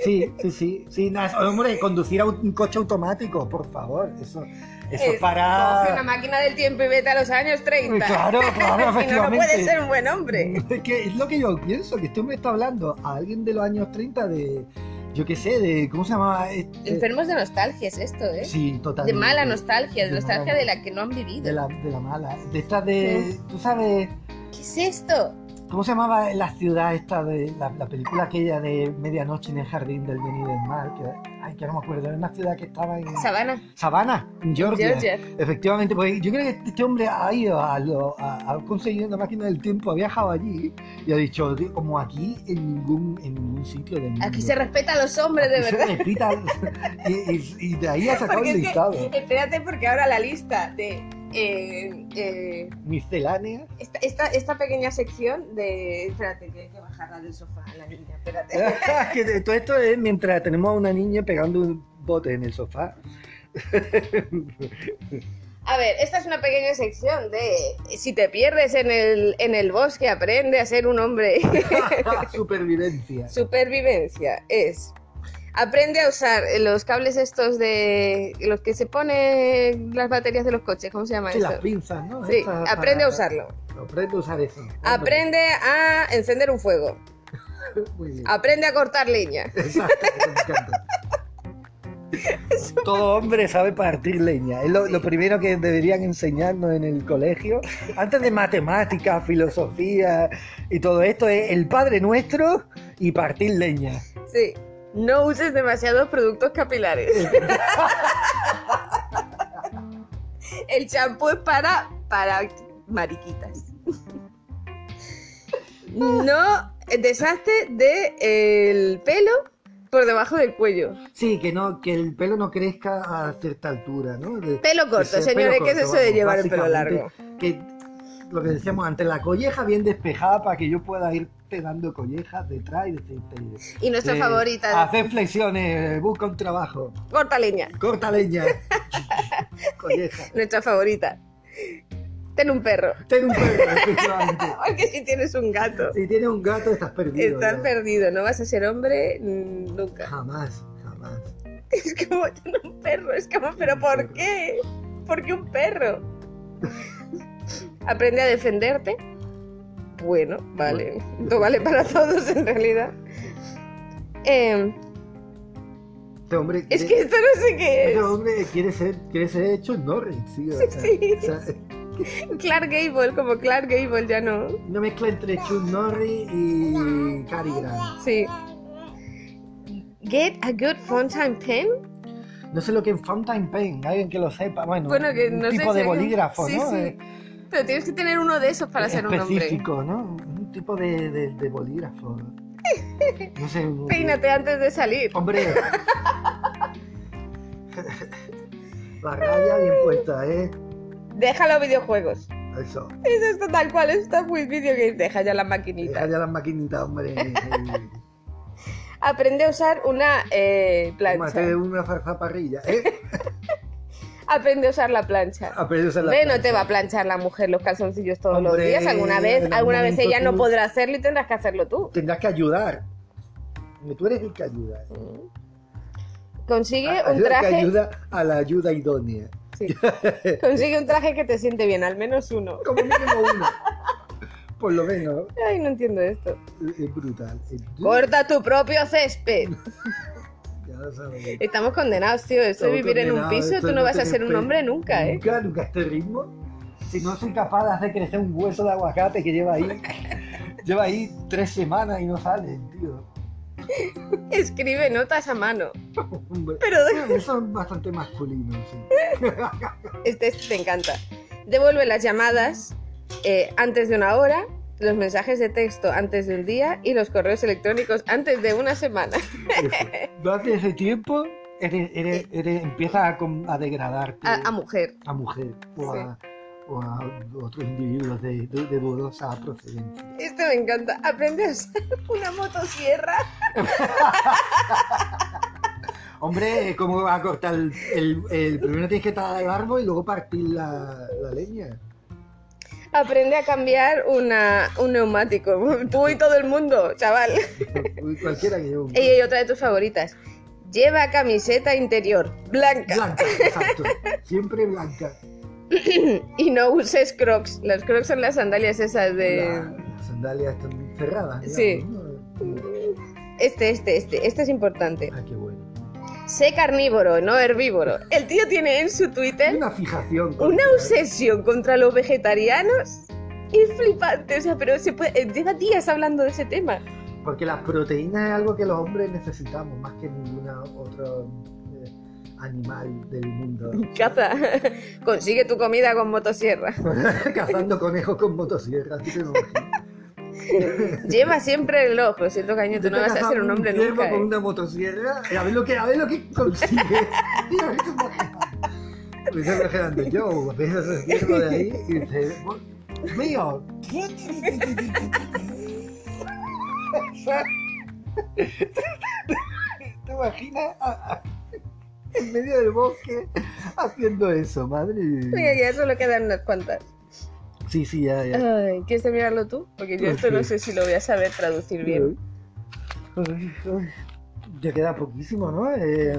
A: Sí, sí, sí. sí nada, hombre, conducir a un coche automático, por favor. Eso, eso
B: Es- Coge una
A: para... Eh,
B: máquina del tiempo y vete a los años 30.
A: Claro, claro,
B: Si no, no
A: efectivamente.
B: puedes ser un buen hombre.
A: Es que es lo que yo pienso, que este me está hablando a alguien de los años 30 de... Yo qué sé, de... ¿Cómo se llama? Este-
B: Enfermos de nostalgia es esto, ¿eh?
A: Sí,
B: de
A: totalmente.
B: mala nostalgia, de,
A: De
B: nostalgia
A: mala-
B: de la que no han vivido.
A: De la, de la mala. De estas de... Tú sabes...
B: ¿Qué es esto?
A: ¿Cómo se llamaba la ciudad esta de la, la película aquella de Medianoche en el Jardín del Bien y del Mal? Que, ay, que no me acuerdo, era una ciudad que estaba en
B: Sabana,
A: Savannah, en Georgia.
B: Georgia.
A: Efectivamente, pues yo creo que este hombre ha ido a, lo- a- ha conseguido una máquina del tiempo, ha viajado allí y ha dicho, "Tío, como aquí en ningún, en ningún sitio del mundo.
B: Aquí se respeta a los hombres, de
A: Aquí se
B: verdad.
A: repita. y, y- y de ahí ha sacado
B: Porque es
A: el
B: que-
A: listado.
B: Espérate, porque ahora la lista de eh, eh,
A: Miscelánea.
B: esta, esta, esta pequeña sección de. Espérate, que hay que bajarla del sofá a la niña, espérate.
A: Que de- todo esto es mientras tenemos a una niña pegando un bote en el sofá.
B: A ver, esta es una pequeña sección de. Si te pierdes en el, en el bosque, aprende a ser un hombre.
A: Supervivencia.
B: Supervivencia es. Aprende a usar los cables estos de los que se ponen las baterías de los coches, ¿cómo se llama
A: Sí,
B: eso?
A: las pinzas, ¿no?
B: Sí,
A: Estas
B: aprende
A: para-
B: a usarlo.
A: Aprende a usar eso. Hombre,
B: Aprende a encender un fuego.
A: Muy bien.
B: Aprende a cortar leña.
A: Exacto, eso me encanta. Todo hombre sabe partir leña. Es lo, lo primero que deberían enseñarnos en el colegio. Antes de matemáticas, filosofía y todo esto, es el Padre Nuestro y partir leña.
B: Sí. No uses demasiados productos capilares. El champú es para para mariquitas. No eh, deshazte de el pelo por debajo del cuello.
A: Sí, que no, que el pelo no crezca a cierta altura, ¿no? De-
B: Pelo corto,
A: ese
B: señores,
A: pelo
B: ¿qué es
A: corto,
B: eso de
A: vamos,
B: llevar el pelo largo?
A: básicamente, Que lo que decíamos antes, la colleja bien despejada para que yo pueda irte dando collejas detrás y decirte.
B: Y nuestra
A: eh,
B: favorita,
A: Hacer flexiones, busca un trabajo,
B: corta leña.
A: corta leña, colleja.
B: Nuestra favorita. Ten un perro.
A: Ten un perro, efectivamente.
B: Porque si tienes un gato,
A: Si tienes un gato, estás perdido.
B: estás
A: ya.
B: perdido. No vas a ser hombre mm, nunca.
A: Jamás, jamás.
B: Es como tener un perro, es como, pero ¿por qué? ¿Por qué un perro? Aprende a defenderte. Bueno, vale. Esto vale para todos en realidad. Eh,
A: Este hombre.
B: es que esto no sé qué
A: Este
B: es.
A: hombre quiere ser, quiere ser hecho en Norris, tío, o sea,
B: sí.
A: o sea,
B: Clark Gable, como Clark Gable ya no.
A: Una mezcla entre Chuck Norris y Cary Grant.
B: Sí. Get a good fountain pen.
A: No sé lo que es Fountain Pen, alguien que lo sepa. Bueno,
B: Bueno, que
A: un
B: no sé
A: tipo
B: si
A: de
B: alguien-
A: bolígrafo,
B: Sí,
A: ¿no?
B: sí.
A: Eh,
B: Pero tienes que tener uno de esos para ser un hombre.
A: Específico, ¿no? Un tipo de, de- de bolígrafo. No sé. un-
B: Peínate antes de salir.
A: Hombre. La raya bien puesta, ¿eh?
B: Déjalo a videojuegos.
A: Eso.
B: Eso está tal cual, eso está muy video que Deja ya la maquinita.
A: Deja ya las maquinitas, hombre. Eh,
B: Aprende a usar una eh,
A: Tómate
B: plancha.
A: este una farfaparrilla, ¿eh? Ah,
B: Aprende a usar la plancha.
A: A pedirse la
B: Hombre, no te
A: plancha.
B: va a planchar la mujer los calzoncillos todos los
A: Hombre,
B: días. Alguna vez,
A: en
B: alguna
A: algún
B: vez ella no
A: momento tú-
B: podrá hacerlo y tendrás que hacerlo tú.
A: Tendrás que ayudar. Tú eres el que ayuda.
B: Mm. Consigue
A: A-
B: un
A: Ah, ayuda que
B: traje,
A: ayuda a la ayuda idónea.
B: sí. consigue un traje que te siente bien, al menos uno.
A: Como mínimo uno. Por lo menos,
B: Ay, no entiendo esto.
A: es brutal. Es-
B: Corta tu propio césped.
A: Ya lo sabes.
B: Estamos condenados, tío. Eso de
A: Estamos
B: vivir en un
A: condenados,
B: piso,
A: esto
B: tú no vas a
A: tener
B: ser un
A: pe-
B: hombre nunca, ¿eh?
A: Nunca, nunca a este ritmo. Si no soy capaz de hacer crecer un hueso de aguacate que lleva ahí, lleva ahí tres semanas y no sale, tío.
B: Escribe notas a mano.
A: Hombre,
B: Pero
A: bueno, son bastante masculinos, sí.
B: Este es- te encanta. Devuelve las llamadas eh, antes de una hora, los mensajes de texto antes de un día y los correos electrónicos antes de una semana.
A: Durante ese tiempo, eres, eres- eres- empiezas a, com- a degradarte
B: A, a mujer.
A: a mujer o, a, o a otros individuos de, de, de dudosa procedencia.
B: Este me encanta. Aprende a usar una motosierra.
A: Hombre, ¿cómo vas a cortar el, el, el- primero tienes que talar el árbol y luego partir la, la leña?
B: Aprende a cambiar una, un neumático. Tú y todo el mundo, chaval.
A: Cualquiera que lleve un.
B: Y otra de tus favoritas. Lleva camiseta interior, blanca.
A: Blanca, exacto. Siempre blanca.
B: y no uses crocs. Las crocs son las sandalias esas de...
A: La- las sandalias están cerradas. digamos,
B: Sí.
A: ¿no?
B: Este, este, este. Este es importante.
A: Ah, qué bueno.
B: Sé carnívoro, no herbívoro. El tío tiene en su Twitter
A: Una fijación. con-
B: ¿Eh? una obsesión contra los vegetarianos. Es flipante, o sea, pero se puede- eh, lleva días hablando de ese tema.
A: Porque las proteínas es algo que los hombres necesitamos más que ningún otro eh, animal del mundo.
B: Caza, consigue tu comida con motosierra.
A: Cazando conejos con motosierra, ¿tú te imaginas?
B: Lleva siempre el ojo, siento cañón, tú
A: Intenta
B: no vas a
A: cazar
B: ser un hombre
A: ciervo
B: nunca.
A: con
B: eh.
A: una motosierra, y a ver lo que, a ver lo que consigue. Mira, me estoy imaginando. Me estoy imaginando yo, ves ese ciervo de ahí y dices, mío. ¿Te imaginas a- a- en medio del bosque haciendo eso, madre?
B: Mira, ya solo quedan unas cuantas.
A: Sí, sí, ya, ya.
B: Ay, ¿Quieres terminarlo tú? Porque yo esto no sé si lo voy a saber traducir bien.
A: Ay, ay. Ya queda poquísimo, ¿no? Eh,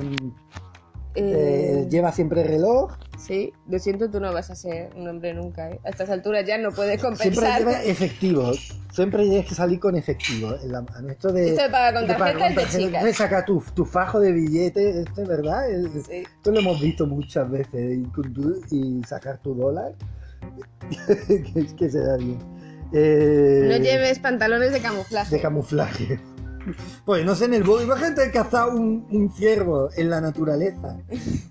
B: Eh,
A: Eh, lleva siempre reloj.
B: sí, lo siento, tú no vas a ser un hombre nunca. eh. A estas alturas ya no puedes
A: Siempre
B: compensar.
A: lleva efectivo. Siempre tienes que salir con efectivo. En la mano. Esto de.
B: Esto de pagar con
A: de pagar
B: tarjeta
A: con
B: es de
A: tarjeta.
B: chicas.
A: Entonces saca tu, tu fajo de billetes, esto es verdad. Es-
B: Sí.
A: Esto lo hemos visto muchas veces. Y, con tu- y sacar tu dólar. que, es que se da bien. Eh,
B: No lleves pantalones de camuflaje.
A: De camuflaje. Pues no sé, en el bosque. Imagínate cazar un, un ciervo en la naturaleza.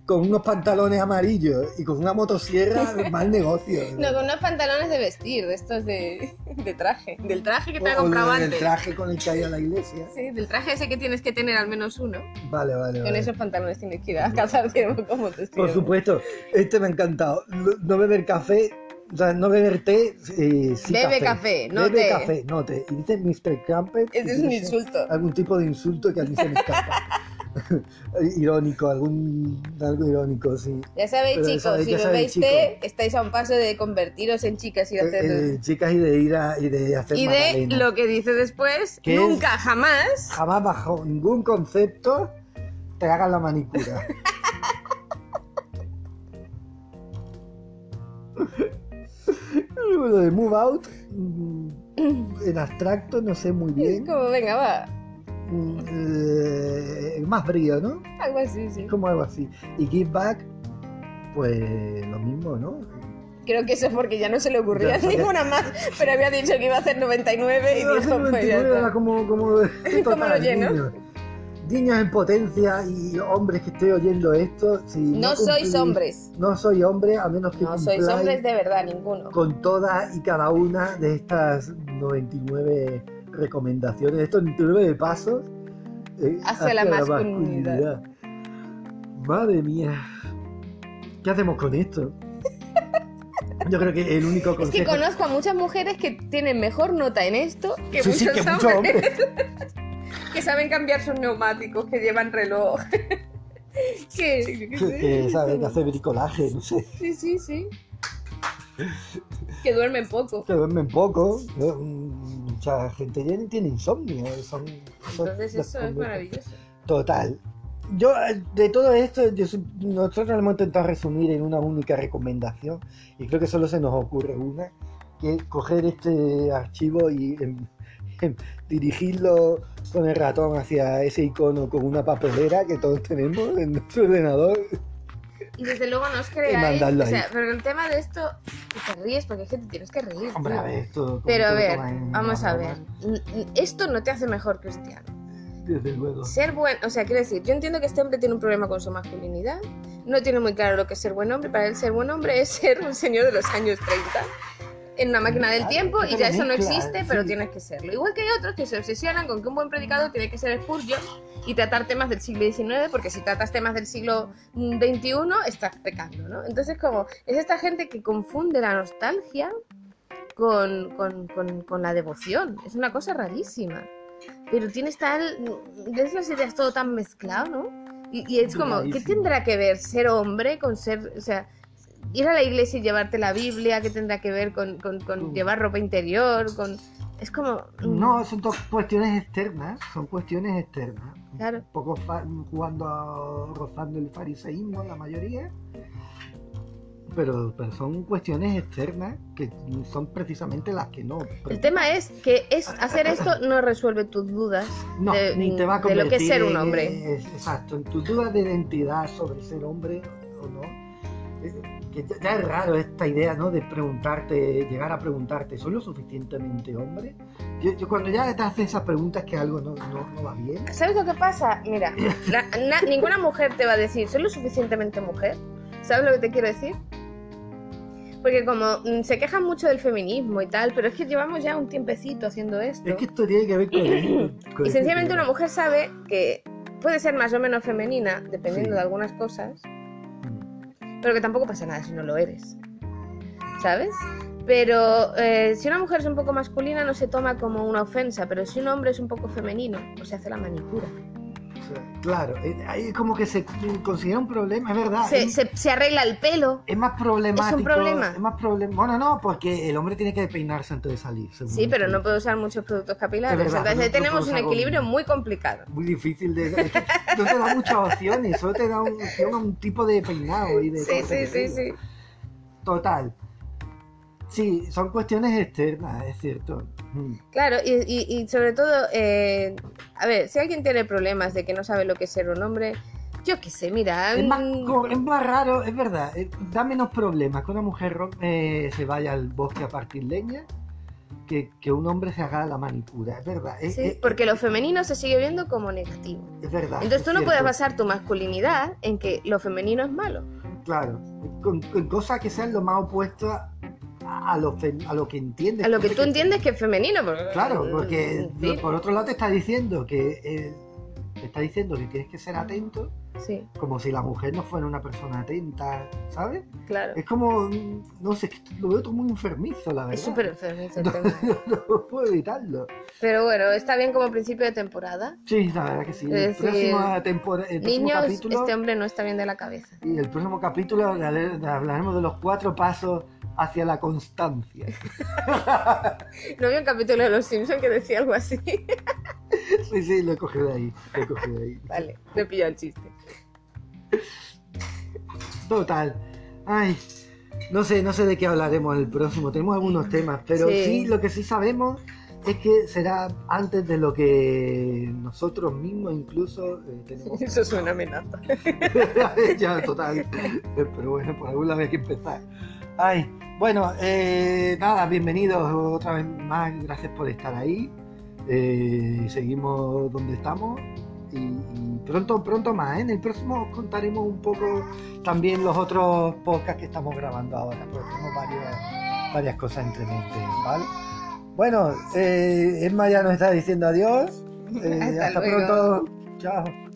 A: Con unos pantalones amarillos y con una motosierra, mal negocio.
B: no, con unos pantalones de vestir, de estos de, de traje. Del traje que te ha
A: O- o
B: comprado
A: lo del
B: antes.
A: traje con el que ha ido a la iglesia.
B: Sí, del traje ese que tienes que tener al menos uno.
A: Vale, vale,
B: Con
A: vale.
B: esos pantalones tienes que ir a cazar ciervo como tú
A: Por supuesto, este me ha encantado. No no beber café, o sea, no beber té, eh, sí café.
B: Bebe café, no
A: Bebe
B: té.
A: café, no té. Y dice Mr. Crumpet.
B: Ese es
A: y
B: un
A: dice
B: insulto.
A: Algún tipo de insulto que a mí se me escapa. irónico, algún, algo irónico, sí.
B: Ya
A: Ah,
B: sabéis,
A: Pero ya
B: chicos,
A: sabéis,
B: si
A: ya
B: bebéis
A: sabéis,
B: té, estáis a un paso de convertiros en chicas y de hacer.
A: Eh, eh, chicas y de ir a, y de hacer
B: y de
A: magdalenas.
B: lo que dice después,
A: ¿Qué es?
B: nunca, jamás.
A: Jamás bajo ningún concepto te hagan la manicura. Lo de Move Out, mm, en abstracto, no sé muy bien.
B: Como, venga, va.
A: Mm, eh, más brío, ¿no?
B: Algo así, sí.
A: Es como algo así. Y Give Back, pues lo mismo, ¿no?
B: Creo que eso es porque ya no se le ocurría
A: Ya, ya.
B: ninguna más, pero había dicho que iba a hacer 99 y
A: Iba a
B: dijo,
A: ser
B: pues
A: 29,
B: ya está.
A: era como, como,
B: Como lo lleno.
A: Niños. Niños en potencia y hombres que estoy oyendo esto. Si
B: No, sois
A: cumplís-
B: hombres.
A: No soy hombre a menos que
B: No sois
A: cumpláis
B: hombres de verdad, ninguno.
A: con todas y cada una de estas 99 recomendaciones, de estos 99 pasos eh,
B: Hacia la masculinidad.
A: masculinidad. Madre mía, ¿qué hacemos con esto? Yo creo que el único
B: Es que
A: consejo
B: conozco a muchas mujeres que tienen mejor nota en esto que
A: Sí, sí,
B: muchos
A: que
B: hombres.
A: muchos hombres.
B: que saben cambiar sus neumáticos, que llevan reloj. que,
A: que, que sabe que hace bricolaje, no sé,
B: Sí, sí, sí. Que duermen poco.
A: que duermen poco. ¿no? Mm, Mucha gente ya tiene insomnio. Son, son
B: Entonces
A: las
B: eso es
A: conductas.
B: maravilloso.
A: Total. Yo, eh, de todo esto, yo su- nosotros lo hemos intentado resumir en una única recomendación y creo que solo se nos ocurre una, que es coger este archivo y em, em, dirigirlo con el ratón hacia ese icono con una papelera que todos tenemos en nuestro ordenador.
B: Y desde luego no os
A: Y
B: creáis.
A: mandadlo
B: O sea,
A: ahí.
B: pero el tema de esto, que te ríes porque es que te tienes que reír.
A: Hombre,
B: tío.
A: a ver, esto... ¿cómo te
B: Pero a
A: lo
B: ver,
A: tomas en
B: vamos
A: una
B: a ver.
A: broma?
B: N- n- Esto no te hace mejor, Cristiano.
A: Desde luego.
B: Ser buen, o sea, quiero decir, yo entiendo que este hombre tiene un problema con su masculinidad, no tiene muy claro lo que es ser buen hombre, para él ser buen hombre es ser un señor de los años 30 en una máquina del
A: Claro,
B: tiempo y
A: pero
B: ya eso no
A: Ah, mezcla,
B: existe, pero
A: sí.
B: tienes que serlo. Igual que hay otros que se obsesionan con que un buen predicador tiene que ser Spurgeon y tratar temas del siglo XIX, porque si tratas temas del siglo mm, XXI estás pecando, ¿no? Entonces como es esta gente que confunde la nostalgia con, con- con- con la devoción. Es una cosa rarísima. Pero tienes tal. ¿Ves las ideas todo tan mezclado, no? Y, y es como, ¿qué
A: Rarísimo.
B: tendrá que ver ser hombre con ser. O sea, ir a la iglesia y llevarte la Biblia, que tendrá que ver con, con- con
A: Mm.
B: llevar ropa interior, con... Es como... mm,
A: No, son dos cuestiones externas, son cuestiones externas.
B: Claro.
A: Un poco fa- jugando, a- rozando el fariseísmo la mayoría, pero, pero son cuestiones externas que son precisamente las que no.
B: El tema es que es, hacer esto no resuelve tus dudas
A: No,
B: de,
A: ni te va a
B: de lo
A: convertir
B: que es ser un
A: en-
B: hombre.
A: es- exacto, en tus dudas de identidad sobre ser hombre o no. eh, Que ya- ya es raro esta idea, ¿no? De preguntarte, llegar a preguntarte, ¿soy lo suficientemente hombre? Yo, yo cuando ya te haces esas preguntas que algo no, no- no va bien.
B: ¿Sabes lo que pasa? Mira, na- na- ninguna mujer te va a decir, soy lo suficientemente mujer. ¿Sabes lo que te quiero decir? Porque como mm, se quejan mucho del feminismo y tal, pero es que llevamos ya un tiempecito haciendo esto.
A: Es que esto tiene que ver con. con
B: Y
A: este
B: sencillamente
A: tema.
B: una mujer sabe que puede ser más o menos femenina, dependiendo
A: Sí.
B: de algunas cosas,
A: Mm,
B: pero que tampoco pasa nada si no lo eres. ¿Sabes? Pero eh, si una mujer es un poco masculina no se toma como una ofensa, pero si un hombre es un poco femenino, pues se hace la manicura.
A: O sea, Claro, eh, ahí es como que se considera un problema, es verdad.
B: Se,
A: es-
B: se- se arregla el pelo.
A: Es más problemático.
B: problema.
A: Es más problema. Bueno, no, porque el hombre tiene que peinarse antes de salir. según
B: Sí, pero
A: esto.
B: no puede usar muchos productos capilares.
A: Es verdad,
B: Entonces ahí
A: no- no
B: tenemos
A: puedo
B: un
A: usar
B: equilibrio
A: goma.
B: muy complicado.
A: Muy difícil de. es que no te da muchas opciones, solo te da un, opción a un tipo de peinado y de.
B: Sí, sí,
A: corte
B: sí,
A: de pelo.
B: sí.
A: Total. Sí, son cuestiones externas, es cierto. Mm.
B: Claro, y, y- y sobre todo, eh, a ver, si alguien tiene problemas de que no sabe lo que es ser un hombre, yo qué sé, mira...
A: Es más,
B: mm,
A: co- es más raro, es verdad. eh, Da menos problemas que una mujer ro- eh, se vaya al bosque a partir leña que, que un hombre se haga la manicura, es verdad. Es,
B: sí,
A: es-
B: porque lo femenino se sigue viendo como negativo.
A: es verdad.
B: Entonces
A: eh, es
B: tú no puedes
A: cierto.
B: basar tu masculinidad en que lo femenino es malo.
A: Claro, con, con cosas que sean lo más opuesto a, a lo, fe- a lo que entiendes.
B: A lo que tú entiendes que es femenino. porque-
A: Claro, porque
B: En
A: lo-
B: fin,
A: por otro lado te está diciendo que eh, te está diciendo que tienes que ser atento,
B: Sí,
A: como si la mujer no fuera una persona atenta, ¿sabes?
B: claro.
A: Es como, mm, no sé, es que lo veo todo muy enfermizo, la verdad.
B: Es súper enfermizo el
A: No,
B: tema. ¿eh?
A: no puedo evitarlo.
B: Pero bueno, está bien como principio de temporada.
A: Sí, la verdad que sí. El
B: Es decir,
A: próximo, tempor- el próximo
B: Niños,
A: capítulo
B: este hombre no está bien de la cabeza.
A: y el próximo capítulo habl- hablaremos de los cuatro pasos hacia la constancia.
B: No había un capítulo de Los Simpson que decía algo así.
A: Sí, sí, lo he cogido de ahí. Lo he cogido de ahí.
B: vale, me pilló el chiste.
A: Total. Ay, no sé, no sé de qué hablaremos el próximo. Tenemos algunos temas, pero
B: Sí.
A: sí. lo que sí sabemos es que será antes de lo que nosotros mismos incluso eh, tenemos.
B: Eso es una amenaza.
A: ya, total. Eh, Pero bueno, por alguna vez hay que empezar. Ay, bueno, eh, nada, bienvenidos otra vez más. Gracias por estar ahí. Eh, seguimos donde estamos. Y, y pronto, pronto más. ¿eh? En el próximo os contaremos un poco también los otros podcasts que estamos grabando ahora. Porque tenemos varias, varias cosas entre mente, ¿vale? Bueno, eh, Emma ya nos está diciendo adiós. Eh,
B: Hasta
A: hasta
B: luego.
A: pronto. Chao.